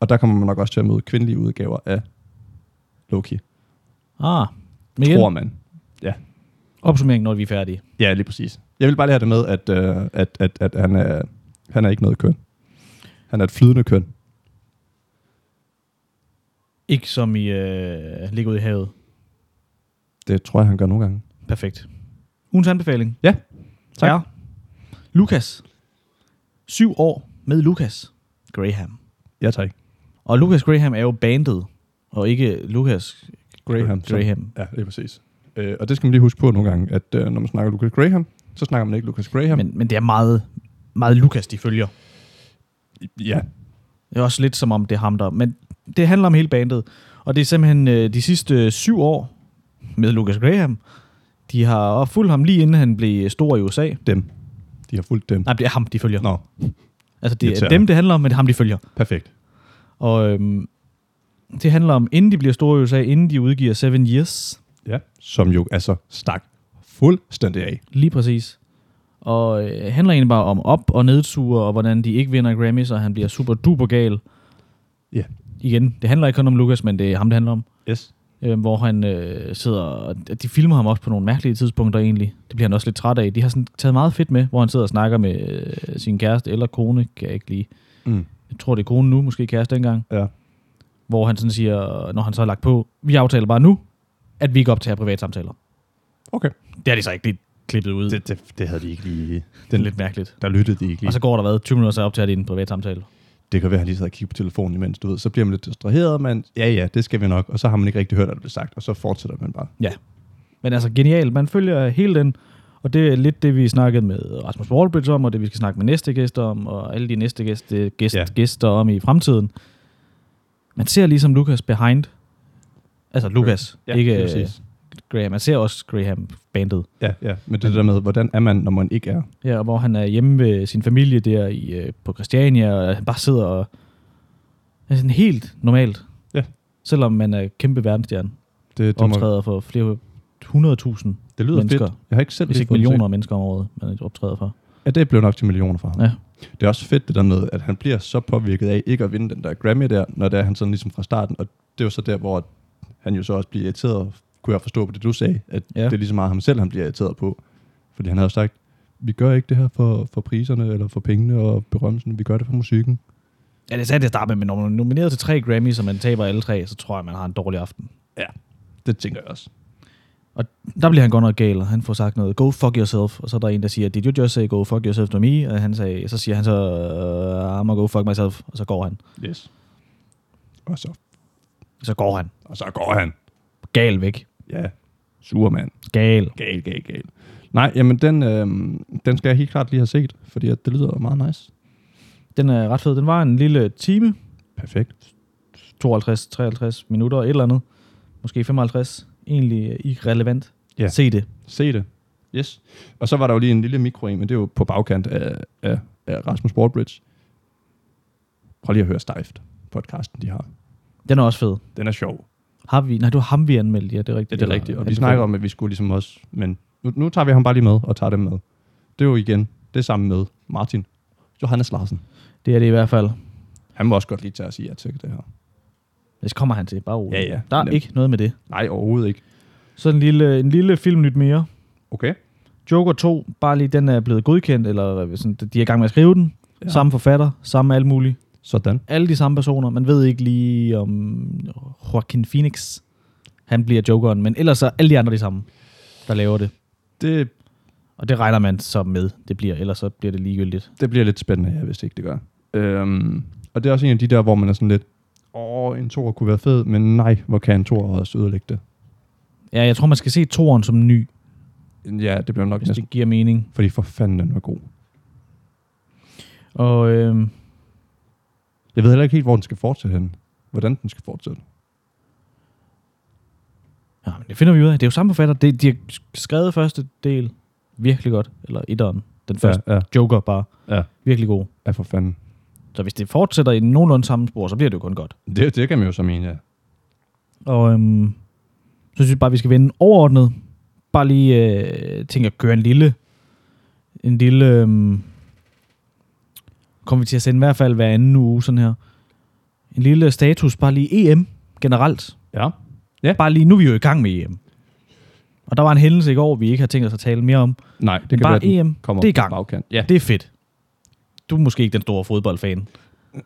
Og der kommer man nok også til at møde kvindelige udgaver af Loki,
Ah, men
Igen. tror
igen,
man.
opsummering, når vi er færdige.
Ja, lige præcis. Jeg vil bare lige have det med, at, øh, at, at, at han, er, han er ikke noget køn. Han er et flydende køn.
Ikke som i øh, ligger ude i havet.
Det tror jeg, han gør nogle gange.
Perfekt. Ugens anbefaling.
Ja, tak.
Er Lukas. Syv år med Lukas Graham.
Ja, tak.
Og Lucas Graham er jo bandet, og ikke Lucas
Graham. så-
Graham.
Ja, lige præcis. Øh, og det skal man lige huske på nogle gange, at øh, når man snakker Lucas Graham, så snakker man ikke Lucas Graham.
Men, men det er meget, meget Lucas, de følger.
ja,
Det er også lidt som om, det er ham der. Men det handler om hele bandet. Og det er simpelthen øh, de sidste syv år med Lucas Graham. De har fulgt ham lige inden han blev øh, stor i USA.
dem. De har fulgt dem.
Nej, det er ham, de følger.
Nå,
altså, det er
irriterende.
dem, det handler om, men det er ham, de følger.
perfekt.
Og øhm, det handler om, inden de bliver store i USA, inden de udgiver Seven Years.
Ja. Som jo altså stak fuldstændig af.
Lige præcis. Og øh, handler egentlig bare om op- og nedture, og hvordan de ikke vinder Grammys, og han bliver super duper gal.
Ja.
Igen, det handler ikke kun om Lucas, men det er ham, det handler om.
Yes.
Øh, hvor han øh, sidder, og de filmer ham også på nogle mærkelige tidspunkter egentlig. Det bliver han også lidt træt af. De har sådan taget meget fedt med, hvor han sidder og snakker med øh, sin kæreste eller kone, kan jeg ikke lige.
Mm.
Jeg tror, det er kone nu, måske kæreste dengang.
Ja.
Hvor han sådan siger, når han så har lagt på, vi aftaler bare nu, at vi ikke optager privatsamtaler.
Okay.
Det har de så ikke lige klippet ud. Det,
det, det havde de ikke lige...
det
Den,
er lidt mærkeligt.
der lyttede de ikke lige.
Og så går der hvad, 20 minutter, så optager de en privat samtale.
det kan være, at han lige sad og kiggede på telefonen imens, du ved. Så bliver man lidt distraheret, men ja, ja, det skal vi nok. Og så har man ikke rigtig hørt, hvad der blev sagt, og så fortsætter man bare.
Men altså genialt, man følger hele den, og det er lidt det, vi snakkede med Rasmus Wallbridge om, og det vi skal snakke med næste gæster om, og alle de næste gæste, gæst, ja.
Ja.
gæster om i fremtiden. Man ser ligesom Lucas behind, altså Lucas, ja, ikke øh, Graham. Man ser også Graham bandet,
Ja, ja, men det der med, hvordan er man, når man ikke er?
ja, og hvor han er hjemme ved sin familie der i, øh, på Christiania, og han bare sidder og er sådan helt normalt.
Ja.
Selvom man er kæmpe verdensstjerne,
Det, det, må,
optræder for flere 100.000
det lyder
mennesker.
fedt. Jeg har ikke selv
Hvis
lige
ikke
fået den
millioner af mennesker om året, man optræder for.
set. Ja, det blev nok til millioner for ham.
Ja.
Det er også fedt det der med, at han bliver så påvirket af ikke at vinde den der Grammy der, når det er han sådan ligesom fra starten. Og det var så der, hvor han jo så også bliver irriteret, kunne jeg forstå på det, du sagde, at
Ja.
ja. det er lige så meget ham selv, han bliver irriteret på. Fordi han havde sagt, vi gør ikke det her for, for priserne, eller for pengene og berømmelsen, vi gør det for musikken.
Ja, det sagde det at starte med, men når man er nomineret til tre Grammys, og man taber alle tre, så tror jeg, man har en dårlig aften.
Det tænker jeg også.
Der bliver han godt nok gal, og han får sagt noget, go fuck yourself, og så er der en, der siger, did you just say go fuck yourself to me? Og han sagde, så siger han så, uh, I'm gonna go fuck myself, og så går han.
Yes. Og så,
Så går han.
og så går han.
Gal væk.
Ja, sur mand.
Gal.
Gal, gal, gal. Nej, jamen den, øh, den skal jeg helt klart lige have set, fordi at det lyder meget nice.
Den er ret fed. Den var en lille time,
Perfekt.
52-53 minutter, et eller andet. Måske 55. Egentlig ikke relevant.
Ja.
Se det.
Se det. Yes. Og så var der jo lige en lille mikro en, men det er jo på bagkant af, af, af Rasmus Wallbridge. Prøv lige at høre Stift, podcasten de har.
Den er også fed.
Den er sjov.
Har vi? Nej, du har ham, vi anmeldte. Ja, det er rigtigt.
Ja, det er
Eller-
rigtigt. Og vi
anbefalet.
snakker om, at vi skulle ligesom også... Men nu, nu tager vi ham bare lige med og tager dem med. Det er jo igen det samme med Martin. Johannes Larsen.
Det er det i hvert fald.
Han må også godt lige tage at sige ja til det her.
Det kommer han til, bare roligt.
Ja, ja.
Der er
Nemt.
ikke noget med det.
Nej, overhovedet ikke.
Så en lille, en lille film nyt mere.
Okay.
Joker 2, bare lige den er blevet godkendt, eller sådan, de er i gang med at skrive den. Ja. Samme forfatter, samme alt muligt.
Sådan.
Alle de samme personer. Man ved ikke lige om Joaquin Phoenix, han bliver Jokeren, men ellers er alle de andre de samme, der laver det.
Det,
Og det regner man så med, det bliver. Ellers så bliver det ligegyldigt.
det bliver lidt spændende, jeg vidste ikke, det gør. Øhm, og det er også en af de der, hvor man er sådan lidt, åh, en toer kunne være fed, men nej, hvor kan en toer også ødelægge det?
Ja, jeg tror, man skal se toren som ny,
Ja, det bliver nok
hvis
næsten,
det giver mening.
fordi for fanden den var god.
Og øh,
Jeg ved heller ikke helt, hvor den skal fortsætte henne. Hvordan den skal fortsætte.
ja, men det finder vi ud af. Det er jo samme forfatter. Det, de har skrevet første del virkelig godt. Eller etteren. Den første.
ja,
Ja. Joker bare.
Ja.
Virkelig god.
ja, for fanden.
Så hvis det fortsætter i nogenlunde samme spor, så bliver det jo kun godt.
Det, det kan man jo så mene, ja.
Og øhm, så synes jeg bare, vi skal vende overordnet. Bare lige øh, tænke at køre en lille... En lille... Øhm, kommer vi til at sende i hvert fald hver anden uge, sådan her. En lille status, bare lige EM generelt.
Ja.
Bare lige, nu er vi jo i gang med EM. Og der var en hændelse i går, vi ikke har tænkt os at tale mere om.
Nej, det
Men
kan
bare
være, den
EM,
kommer
det er i
på
gang.
Bagkant. Ja.
Det er fedt. Du er måske ikke den store fodboldfan,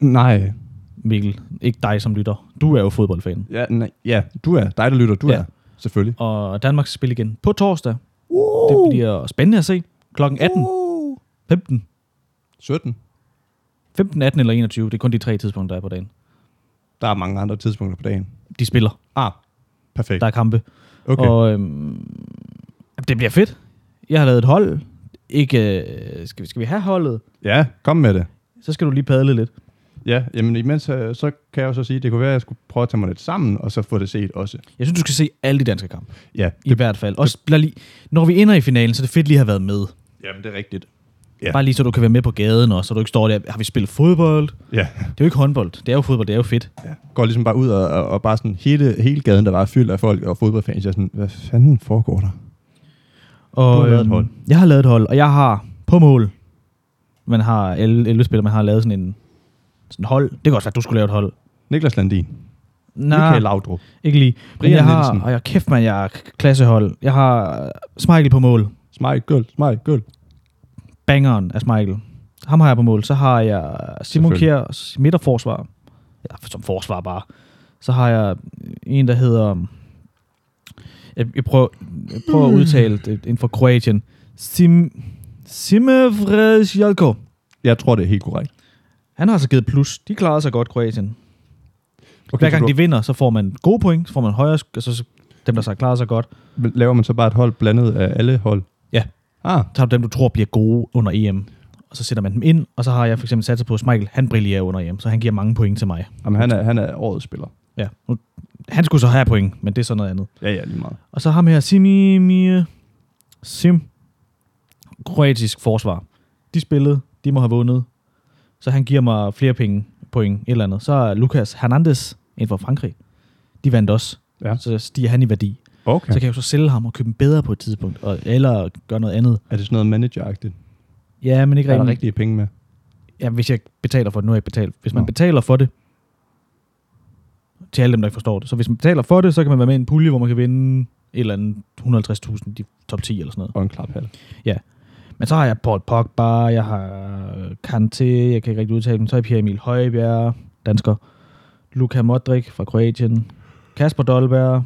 Nej.
Mikkel. Ikke dig som lytter. Du er jo fodboldfan.
Ja, nej. ja, du er. Dig, der lytter, du
Ja.
ja. er. Selvfølgelig.
Og Danmark skal spille igen på torsdag.
Uh,
Det bliver spændende at se. Klokken 18,
Uh,
15,
17.
15, 18 eller 21. Det er kun de tre tidspunkter, der er på dagen.
Der er mange andre tidspunkter på dagen.
De spiller.
Ah, perfekt.
Der er kampe.
Okay.
Og øhm, det bliver fedt. Jeg har lavet et hold. Ikke, øh, skal, vi, skal vi have holdet?
Ja, kom med det.
Så skal du lige padle lidt.
Ja, jamen imens øh, så kan jeg jo så sige, at det kunne være, at jeg skulle prøve at tage mig lidt sammen, og så få det set også.
Jeg synes, du skal se alle de danske kampe.
Ja,
I hvert fald. Også lad lige, når vi ender i finalen, så er det fedt lige at have været med.
jamen, det er rigtigt.
Ja.
Ja.
Bare lige så du kan være med på gaden også, så du ikke står der. Har vi spillet fodbold?
Ja,
Det er jo ikke håndbold. Det er jo fodbold. Det er jo fedt.
ja. Går ligesom bare ud og, og, og bare sådan hele, hele gaden, der var fyldt af folk og fodboldfans, jeg er sådan, hvad fanden foregår der?
Og,
Du har lavet et
øhm,
hold.
Jeg har lavet et hold, og jeg har på mål, man har 11, 11 spillere, man har lavet sådan en sådan et hold. Det kan godt være, at du skulle lave et hold.
Niklas Landin,
Nej,
Michael Laudrup,
ikke lige. Men
Brian
jeg har,
Nielsen.
og jeg, kæft man, jeg er k- klassehold. Jeg har øh, Schmeichel på mål.
Smeichel, Smeichel.
Bangeren af Schmeichel. Ham har jeg på mål. Så har jeg Simon
Selvfølgelig.
Kjær, midterforsvar. Ja, som forsvar bare. Så har jeg en, der hedder... Jeg, jeg, prøver, jeg prøver at
Hmm.
udtale det inden for Kroatien. Sim, Simevres Jelko.
Jeg tror, det er helt korrekt.
Han har altså givet plus. De klarede sig godt, Kroatien. Okay, Hver
så
gang
du-
de vinder, så får man gode point, så får man højere, sk- altså så dem, der så klarer sig godt.
Men Laver man så bare et hold blandet af alle hold?
Ja.
Ah,
Så har du dem, du tror bliver gode under EM, og så sætter man dem ind, og så har jeg for eksempel sat på, at Michael, han brillerer under EM, så han giver mange point til mig.
jamen, han, er, han er årets spiller.
Ja. Nu, han skulle så have point, men det er så noget andet.
Ja, ja, lige meget.
Og så ham her, Simi, Mie, Sim, kroatisk forsvar. De spillede, de må have vundet, så han giver mig flere penge, point, et eller andet. Så er Lucas Hernandez, en fra Frankrig, de vandt også.
Ja.
Så stiger han i værdi.
Okay.
Så kan jeg jo så sælge ham og købe dem bedre på et tidspunkt, og, eller gøre noget andet.
Er det sådan noget manageragtigt?
Ja, men ikke
Er der
rigtig.
rigtige penge med?
Ja, hvis jeg betaler for det, nu har jeg ikke betalt. Hvis man
Nå.
betaler for det, til alle dem, der ikke forstår det. Så hvis man betaler for det, så kan man være med i en pulje, hvor man kan vinde et eller andet 150.000 i top 10 eller sådan noget.
Og en klaphal.
Men så har jeg Paul Pogba, jeg har Kanté, jeg kan ikke rigtig udtale dem. Så har jeg Pierre Emil Højbjerg, dansker. Luka Modric fra Kroatien. Kasper Dolberg.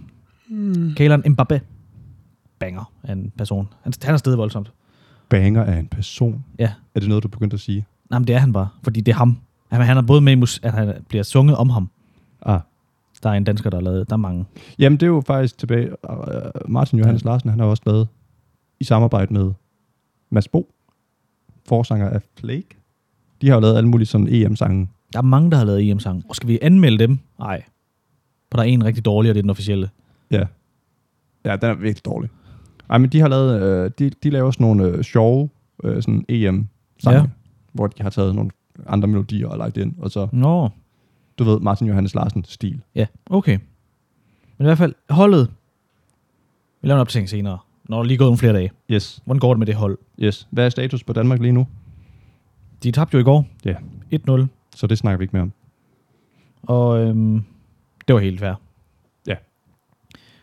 Mm. Kaelan Mbappé. Banger af en person. Han, han er stedet voldsomt.
Banger er en person.
Ja.
Er det noget, du begyndte at sige?
Nej, men det er han bare, fordi det er ham. Han, han er både med i mus- at han bliver sunget om ham.
Ah.
Der er en dansker, der har lavet, der er mange.
Jamen, det er jo faktisk tilbage. øh, Martin Johannes Larsen, han har også lavet i samarbejde med Mads Bo, forsanger af Flake. De har jo lavet alle mulige sådan E EM-sange.
Der er mange, der har lavet EM-sang. Og skal vi anmelde dem? Nej. For der er en rigtig dårlig, og det er den officielle.
Ja. Ja, den er virkelig dårlig. Ej, men de har lavet, øh, de, de laver sådan nogle øh, sjove øh, sådan EM-sange,
Ja.
ja. hvor de har taget nogle andre melodier og lagt ind, og så,
Nå,
du ved, Martin Johannes Larsen stil.
ja, okay. Men i hvert fald, holdet. Vi laver en opdatering senere, når der lige er gået nogle flere dage.
Yes,
Hvordan går det med det hold?
yes. Hvad er status på Danmark lige nu?
De tabte jo i går.
Ja.
1-0.
Så det snakker vi ikke mere om.
Og øhm, det var helt fair.
Ja.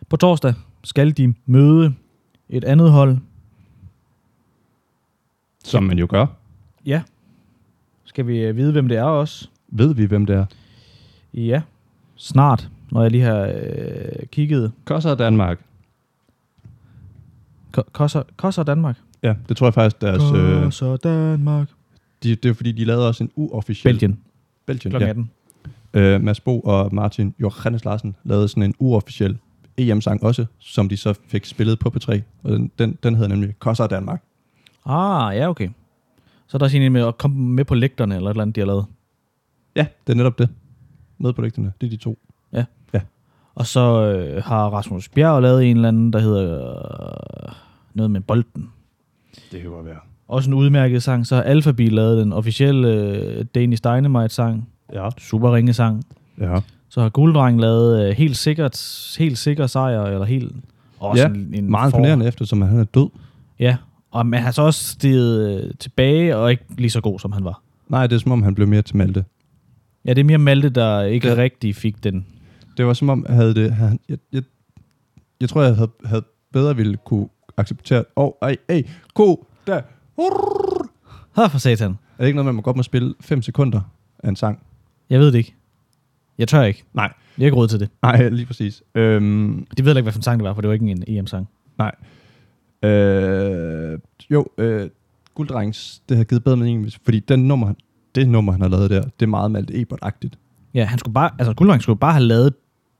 På torsdag skal de møde et andet hold,
Som man jo gør.
Ja. Skal vi øh, vide, hvem det er også?
Ved vi, hvem det er?
Ja, snart, når jeg lige har øh, kigget.
Kosser af Danmark.
Ko- Kosser, Kosser Danmark.
Ja, det tror jeg faktisk deres... Øh,
Kosser Danmark.
de, det er fordi, de lavede også en uofficiel...
Belgien,
Belgien,
klokken
ja.
18.
Øh, Mads Bo og Martin Johannes Larsen lavede sådan en uofficiel EM-sang også, som de så fik spillet på P3. Og den, den, den hedder nemlig Kosser af Danmark.
Ah, ja, okay. Så er der også en med at komme med på lægterne, eller et eller andet, de har lavet.
Ja, det er netop det. Med på digterne. Det er de to.
Og så øh, har Rasmus Bjerg lavet en eller anden, der hedder øh, noget med bolden.
Det kan godt være.
Også en udmærket sang. Så har Alphabi lavet den officielle øh, Danish Dynamite-sang.
Ja.
Super ringe sang.
Ja.
Så har Gulddreng lavet øh, helt sikkert helt sikker sejr, eller helt... Også
Ja,
en, en
Meget
for-
imponerende efter, som han er død.
Ja, og man har så også steget øh, tilbage, og ikke lige så god, som han var.
Nej, det er som om, han blev mere til Malte.
Ja, det er mere Malte, der ikke
Det-
det. rigtig fik den.
Det var som om, havde det, han, jeg, jeg, jeg tror, jeg havde, havde bedre ville kunne acceptere, åh, oh, ej, ej, ko, da, hurr.
Her for satan.
Er det ikke noget, man må godt må spille 5 sekunder af en sang?
Jeg ved det ikke. Jeg tør ikke.
Nej.
Jeg har ikke råd til det.
Nej, lige præcis. Øhm,
De ved heller ikke, hvad for en sang det var, for det var ikke en E EM-sang.
øh, jo, øh, Gulddrengs, det har givet bedre mening, hvis- fordi den nummer, det nummer, han har lavet der, det er meget Malte Ebert-agtigt.
Ja, han skulle bare, altså Guldvang skulle bare have lavet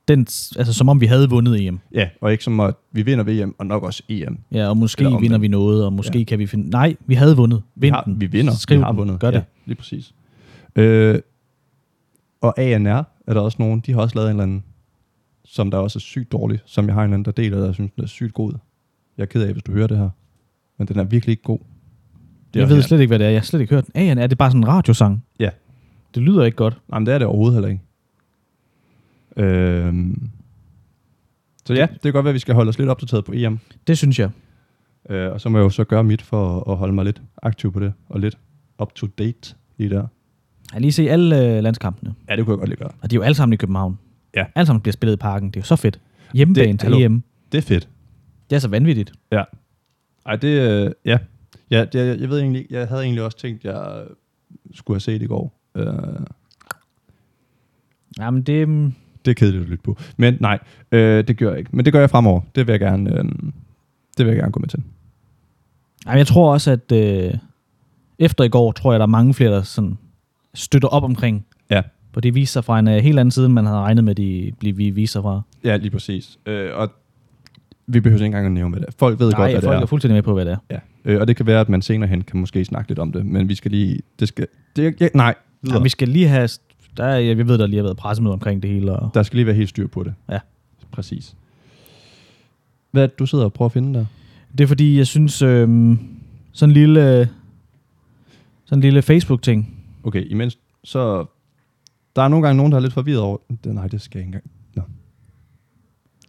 den, s- altså som om vi havde vundet EM.
Ja, og ikke som at vi vinder VM, og nok også E EM.
Ja, og måske
Eller omvendt.
vinder vi noget, og måske ja. kan vi finde... Nej, vi havde vundet. Vind
Ja,
den.
vi vinder.
Skriv
vi har
den.
vundet.
Gør
ja,
det.
lige præcis. Øh, og ANR er der også nogen, de har også lavet en eller anden, som der også er sygt dårlig, som jeg har en anden, der deler, der jeg synes, den er sygt god. Jeg er ked af, hvis du hører det her. Men den er virkelig ikke god.
Det jeg ved slet ikke, hvad det er. Jeg har slet ikke hørt den. Ajan, er det bare sådan en radiosang?
Ja.
Det lyder ikke godt.
Nej, men det er det overhovedet heller ikke. Øhm, så ja, det kan godt være, at vi skal holde os lidt opdateret på EM.
Det synes jeg.
Øh, og så må jeg jo så gøre mit for at- at holde mig lidt aktiv på det, og lidt up to date lige der.
Jeg har lige se alle øh, landskampene.
Ja, det kunne jeg godt lige gøre.
Og de er jo alle sammen i København.
Ja.
Alle sammen bliver spillet i parken. Det er jo så fedt. Hjemmebane
Det-
til
hallo.
EM.
Det er fedt.
Det er så vanvittigt.
Ja. Ej, det... Øh, ja. ja det, jeg, jeg ved egentlig... ikke- Jeg havde egentlig også tænkt, jeg øh, skulle have set i går. Øh,
Jamen, det, mm,
det er kedeligt at lytte på. Men nej, øh, det gør jeg ikke. Men det gør jeg fremover. Det vil jeg gerne... Øh, det vil jeg gerne gå med til.
Jamen, jeg tror også, at øh, efter i går, tror jeg, der er mange flere, der sådan støtter op omkring.
Ja.
For det viser sig fra en øh, helt anden side, end man havde regnet med, de blive vi viser fra.
Ja, lige præcis. Øh, og vi behøver ikke engang at nævne, hvad det er. Folk ved
Nej,
godt, hvad
folk
det
er
er.
fuldstændig med på, hvad det er.
Ja. Øh, og det kan være, at man senere hen kan måske snakke lidt om det. Men vi skal lige... Det skal... Det, ja, nej.
Jamen, vi skal lige have... Der er, jeg ved, der lige har været pressemøde omkring det hele. Og,
Der skal lige være helt styr på det.
Ja.
Præcis. Hvad er det, du sidder og prøver at finde der?
det er fordi, jeg synes, øh, sådan en lille, sådan en lille Facebook-ting.
Okay, imens, så... Der er nogle gange nogen, der er lidt forvirret over... Det, nej, det skal jeg ikke engang. Nå.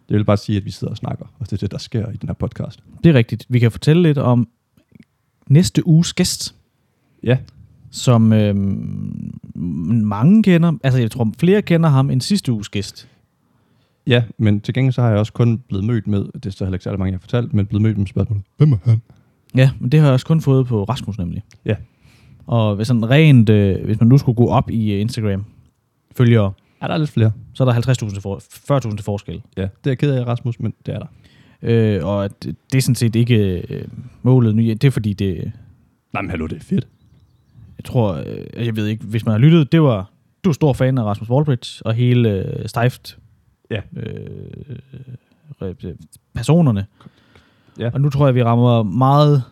Jeg vil bare sige, at vi sidder og snakker, og det er det, der sker i den her podcast.
Det er rigtigt. Vi kan fortælle lidt om næste uges gæst.
Ja.
som øh, mange kender. Altså, jeg tror, flere kender ham end sidste uges gæst.
Ja, men til gengæld så har jeg også kun blevet mødt med, det er så heller ikke særlig mange, jeg har fortalt, men blevet mødt med spørgsmålet, hvem er han?
Ja, men det har jeg også kun fået på Rasmus nemlig.
Ja.
Og hvis sådan rent, øh, hvis man nu skulle gå op i øh, Instagram følgere,
Er der lidt flere?
så er der 50.000 til for, 40.000 til forskel.
Ja, det er jeg ked af, Rasmus, men det er der.
Øh, og at det, det er sådan set ikke øh, målet nu. Ja, Det er fordi, det,
Nej, men hallo, det er fedt.
jeg tror, øh, jeg ved ikke, hvis man har lyttet, det var, du er stor fan af Rasmus Walbridge og hele øh, Stift.
Ja.
Øh, øh, øh, personerne.
Ja.
Og nu tror jeg, vi rammer meget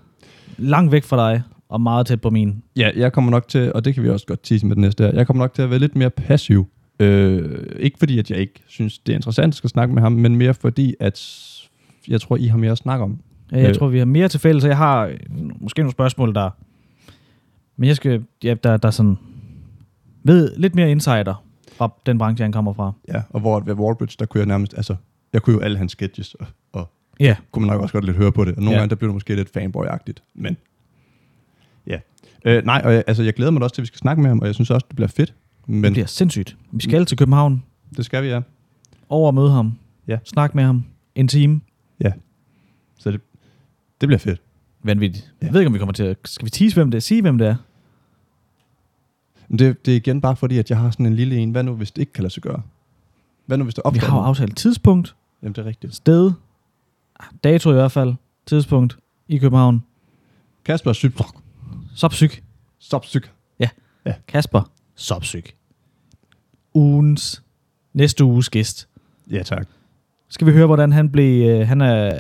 langt væk fra dig, og meget tæt på min.
Ja, jeg kommer nok til, og det kan vi også godt tease med det næste her, jeg kommer nok til at være lidt mere passiv. Øh, ikke fordi, at jeg ikke synes, det er interessant at skal snakke med ham, men mere fordi, at s- jeg tror, I har mere at snakke om.
Ja, Jeg
Øh.
øh. tror, vi har mere til fælles, og jeg har øh, måske nogle spørgsmål, der... Men jeg skal... Ja, der, der er sådan... Ved lidt mere insider fra den branche, han kommer fra.
Ja, og hvor at ved Wallbridge, der kunne jeg nærmest, altså, jeg kunne jo alle hans sketches, og, og
Ja.
kunne man nok også godt lidt høre på det. Og nogle ja.
Ja.
gange, der blev det måske lidt fanboy-agtigt, men ja. Øh, nej, og jeg, altså, jeg glæder mig da også til, at vi skal snakke med ham, og jeg synes også, det bliver fedt. Men
Det
det,
bliver sindssygt. Vi skal til København,
det skal vi, ja.
over og møde ham.
Ja.
Snak med ham. En time.
Så det, det bliver fedt.
Vanvittigt.
Ja.
Jeg ved ikke, om vi kommer til at... Skal vi tease, hvem det er? Sige, hvem det er?
Men det, det er igen bare fordi, at jeg har sådan en lille en. Hvad nu, hvis det ikke kan lade sig gøre? Hvad nu, hvis det
Vi
opgår?
har jo aftalt tidspunkt,
Jamen, det er rigtigt.
sted, ah, dato i hvert fald, tidspunkt i København.
Kasper er syg.
Sopsyk.
Stop syg.
Kasper Sopsyk. Ugens, næste uges gæst.
Ja, tak.
Skal vi høre, hvordan han blev... Øh, han er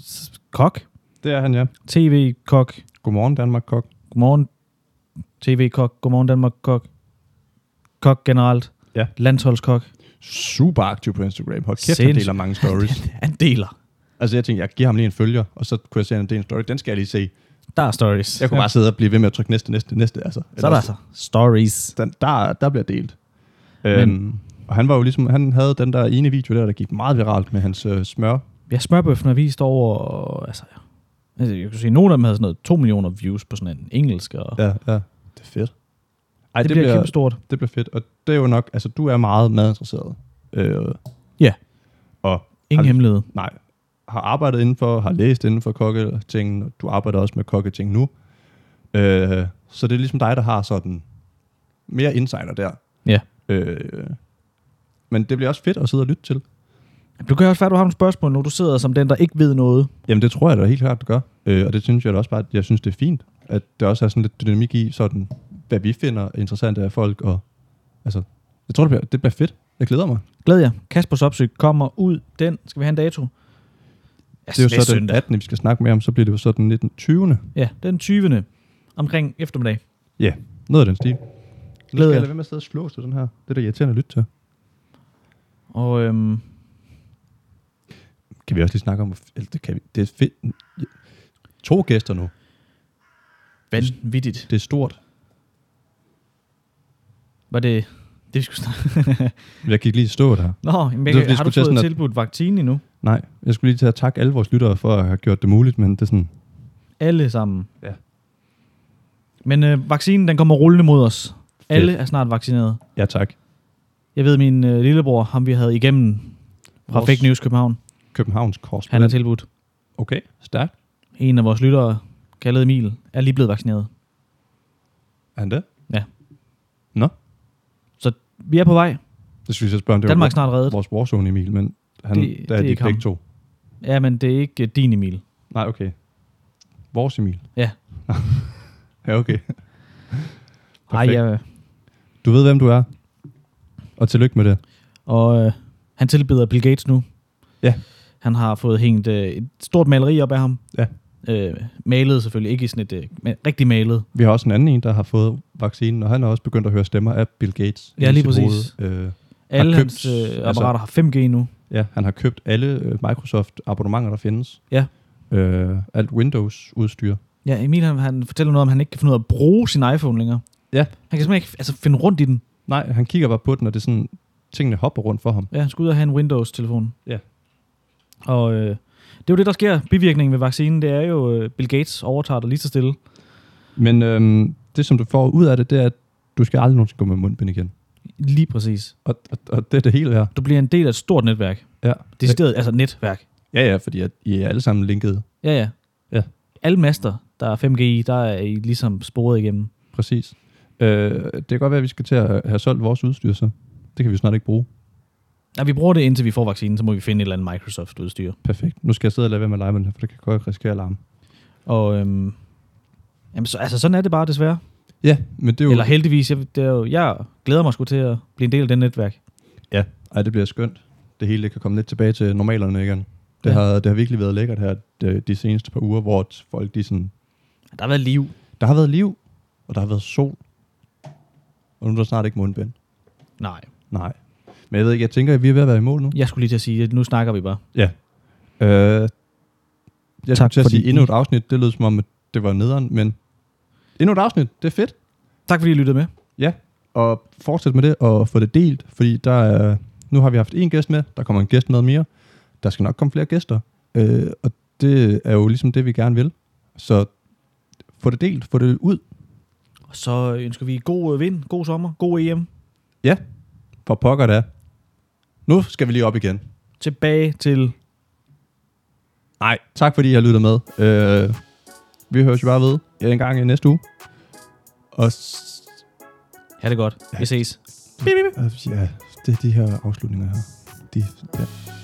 s- kok,
Det er han, ja.
tv-kok,
Godmorgen, Danmark Kok.
godmorgen tv-kok, godmorgen Danmark-kok, kok generelt,
Ja.
landsholdskok.
Super aktiv på Instagram. Hold kæft, han
Sindssygt.
deler mange stories.
Han deler.
altså, jeg tænkte, jeg giver ham lige en følger, og så kunne jeg se, at han delte en story. Den skal jeg lige se.
Der er stories.
Jeg kunne bare sidde og blive ved med at trykke næste, næste, næste. Altså.
Så er der altså stories.
den, der, der bliver delt. Øhm, og han var jo ligesom, han havde den der ene video der, der gik meget viralt med hans øh, smør.
Ja, smørbøffen har vist over... Altså, altså, jeg kunne se, nogle af dem havde sådan noget 2 millioner views på sådan en engelsk. Og ja,
Ja, ja. Det er fedt. Ej,
det, det, bliver, bliver kæmpestort.
det bliver fedt. Og det er jo nok, altså du er meget madinteresseret. Øh,
Ja.
Og
Ingen
Har-
hemmelighed.
nej, har arbejdet indenfor, har læst inden for kokketing, og du arbejder også med kokketing nu. Øh, så det er ligesom dig, der har sådan mere insider der.
Ja.
Øh, men det bliver også fedt at sidde og lytte til.
Du kan også være, at du har nogle spørgsmål, når du sidder som den, der ikke ved noget.
Jamen, det tror jeg da helt klart, du gør. Øh, og det synes jeg da også bare, jeg synes, det er fint, at der også er sådan lidt dynamik i, sådan, hvad vi finder interessant af folk. Og, altså, jeg tror, det bliver, det bliver fedt. Jeg glæder mig.
Glæd jer. Kasper Sopsyk kommer ud den. Skal vi have en dato?
det er jo så den 18. vi skal snakke mere om, så bliver det jo så den 19. 20.
Ja, den 20. Omkring eftermiddag.
Ja, noget af den stil. Nu
Glæder
skal
jer.
jeg lade være med at sidde og slå til den her. Det er da irriterende at lytte til.
Og øhm,
Kan vi også lige snakke om, eller det, kan vi, det er fedt. To gæster nu.
vanvittigt.
Det er stort.
Var det det, vi skulle snakke?
Jeg gik lige i stå der.
Nå, jamen, jeg,
Det var, fordi jeg
har du
skulle tage
fået
sådan, at-
tilbudt vaccine endnu?
Nej, jeg skulle lige til at takke alle vores lyttere for at have gjort det muligt, men det er sådan,
Alle sammen.
Ja.
Men øh, vaccinen, den kommer rullende mod os. Alle er snart vaccineret.
ja tak.
Jeg ved, min øh, lillebror, ham vi havde igennem fra
Vores-
Fake News København,
Københavns
han er
korrespondent.
tilbudt.
Okay, stærkt.
En af vores lyttere, kaldet Emil, er lige blevet vaccineret.
Er han det?
Vi er på vej.
Det synes jeg spørger, om det
Danmark er
var
snart reddet.
vores, vores Warzone Emil, men han,
Det-
det,
det
der
er
er de
ikke
begge
ham.
to.
Ja, men det er ikke øh, din Emil.
Nej, okay. Vores Emil.
Ja.
ja, okay.
Ej,
Perfekt.
ja.
Du ved, hvem du er. Og tillykke med det.
Og øh, han tilbeder Bill Gates nu.
Ja.
Han har fået hængt øh, et stort maleri op af ham.
Ja.
Øh, malet selvfølgelig, ikke i sådan et, øh, men rigtig malet.
Vi har også en anden en, der har fået vaccinen, og han har også begyndt at høre stemmer af Bill Gates.
Ja,
i
lige
sit
præcis.
hoved. Øh,
Alle
købt,
hans øh,
altså-
apparater har 5G nu.
ja, han har købt alle øh, Microsoft-abonnementer, der findes.
Ja.
Øh, alt Windows-udstyr.
Ja, Emil han, han fortæller noget om, at han ikke kan finde ud af at bruge sin iPhone længere.
Ja.
Han kan simpelthen ikke altså, finde rundt i den.
Nej, han kigger bare på den, og det er sådan, tingene hopper rundt for ham.
Ja, han skal ud og have en Windows-telefon.
Ja.
Og øh, det er jo det, der sker. Bivirkningen ved vaccinen, det er jo, øh, Bill Gates overtager dig lige så stille.
Men øhm, det, som du får ud af det, det er, at du skal aldrig nogensinde gå med mundbind igen.
Lige præcis.
Og, og, og det er det hele her.
Du bliver en del af et stort netværk.
Ja.
Decideret, altså netværk.
ja, ja, fordi at I er alle sammen linket.
Ja, ja.
Ja.
Alle master, der er 5G i, der er I ligesom sporet igennem.
Præcis. Øh, det kan godt være, at vi skal til at have solgt vores udstyr så. Det kan vi snart ikke bruge.
Ja, vi bruger det, indtil vi får vaccinen, så må vi finde et eller andet Microsoft-udstyr.
Perfekt. Nu skal jeg sidde og lade være med at lege med den her, for det kan godt risikere alarm.
Og øhm, jamen, så, altså, sådan er det bare desværre.
Ja, men det er
Jo.
jo...
Eller heldigvis, jeg, det er jo, jeg glæder mig sgu til at blive en del af det netværk.
Ja, ej, det bliver skønt. Det hele det kan komme lidt tilbage til normalerne igen. Det,
Ja.
ja. har, det har virkelig været lækkert her de, de seneste par uger, hvor folk de sådan...
Der har været liv.
Der har været liv, og der har været sol. Og nu er der snart ikke mundbind.
Nej,
Nej. Men jeg ved ikke, jeg tænker, at vi er ved at være i mål nu.
jeg skulle lige til at sige, at nu snakker vi bare.
Ja. Øh, jeg
Tak
tak til at
fordi
sige endnu
I-
et afsnit. Det lød som om, at det var nederen, men endnu et afsnit. Det er fedt.
Tak fordi I lyttede med.
Ja. Og fortsæt med det og få det delt, fordi der er, nu har vi haft en gæst med. Der kommer en gæst med mere. Der skal nok komme flere gæster. Øh, og det er jo ligesom det, vi gerne vil. Så få det delt, få det ud.
Og så ønsker vi god øh, vind, god sommer, god E EM.
Ja, for pokker da. Nu skal vi lige op igen.
Tilbage til...
Nej, tak fordi I har lyttet med. Øh, vi høres jo bare ved en gang i næste uge. Og s-
Ha' det godt. Vi ses. Bip, bip.
Ja, det er de her afslutninger her. De, ja.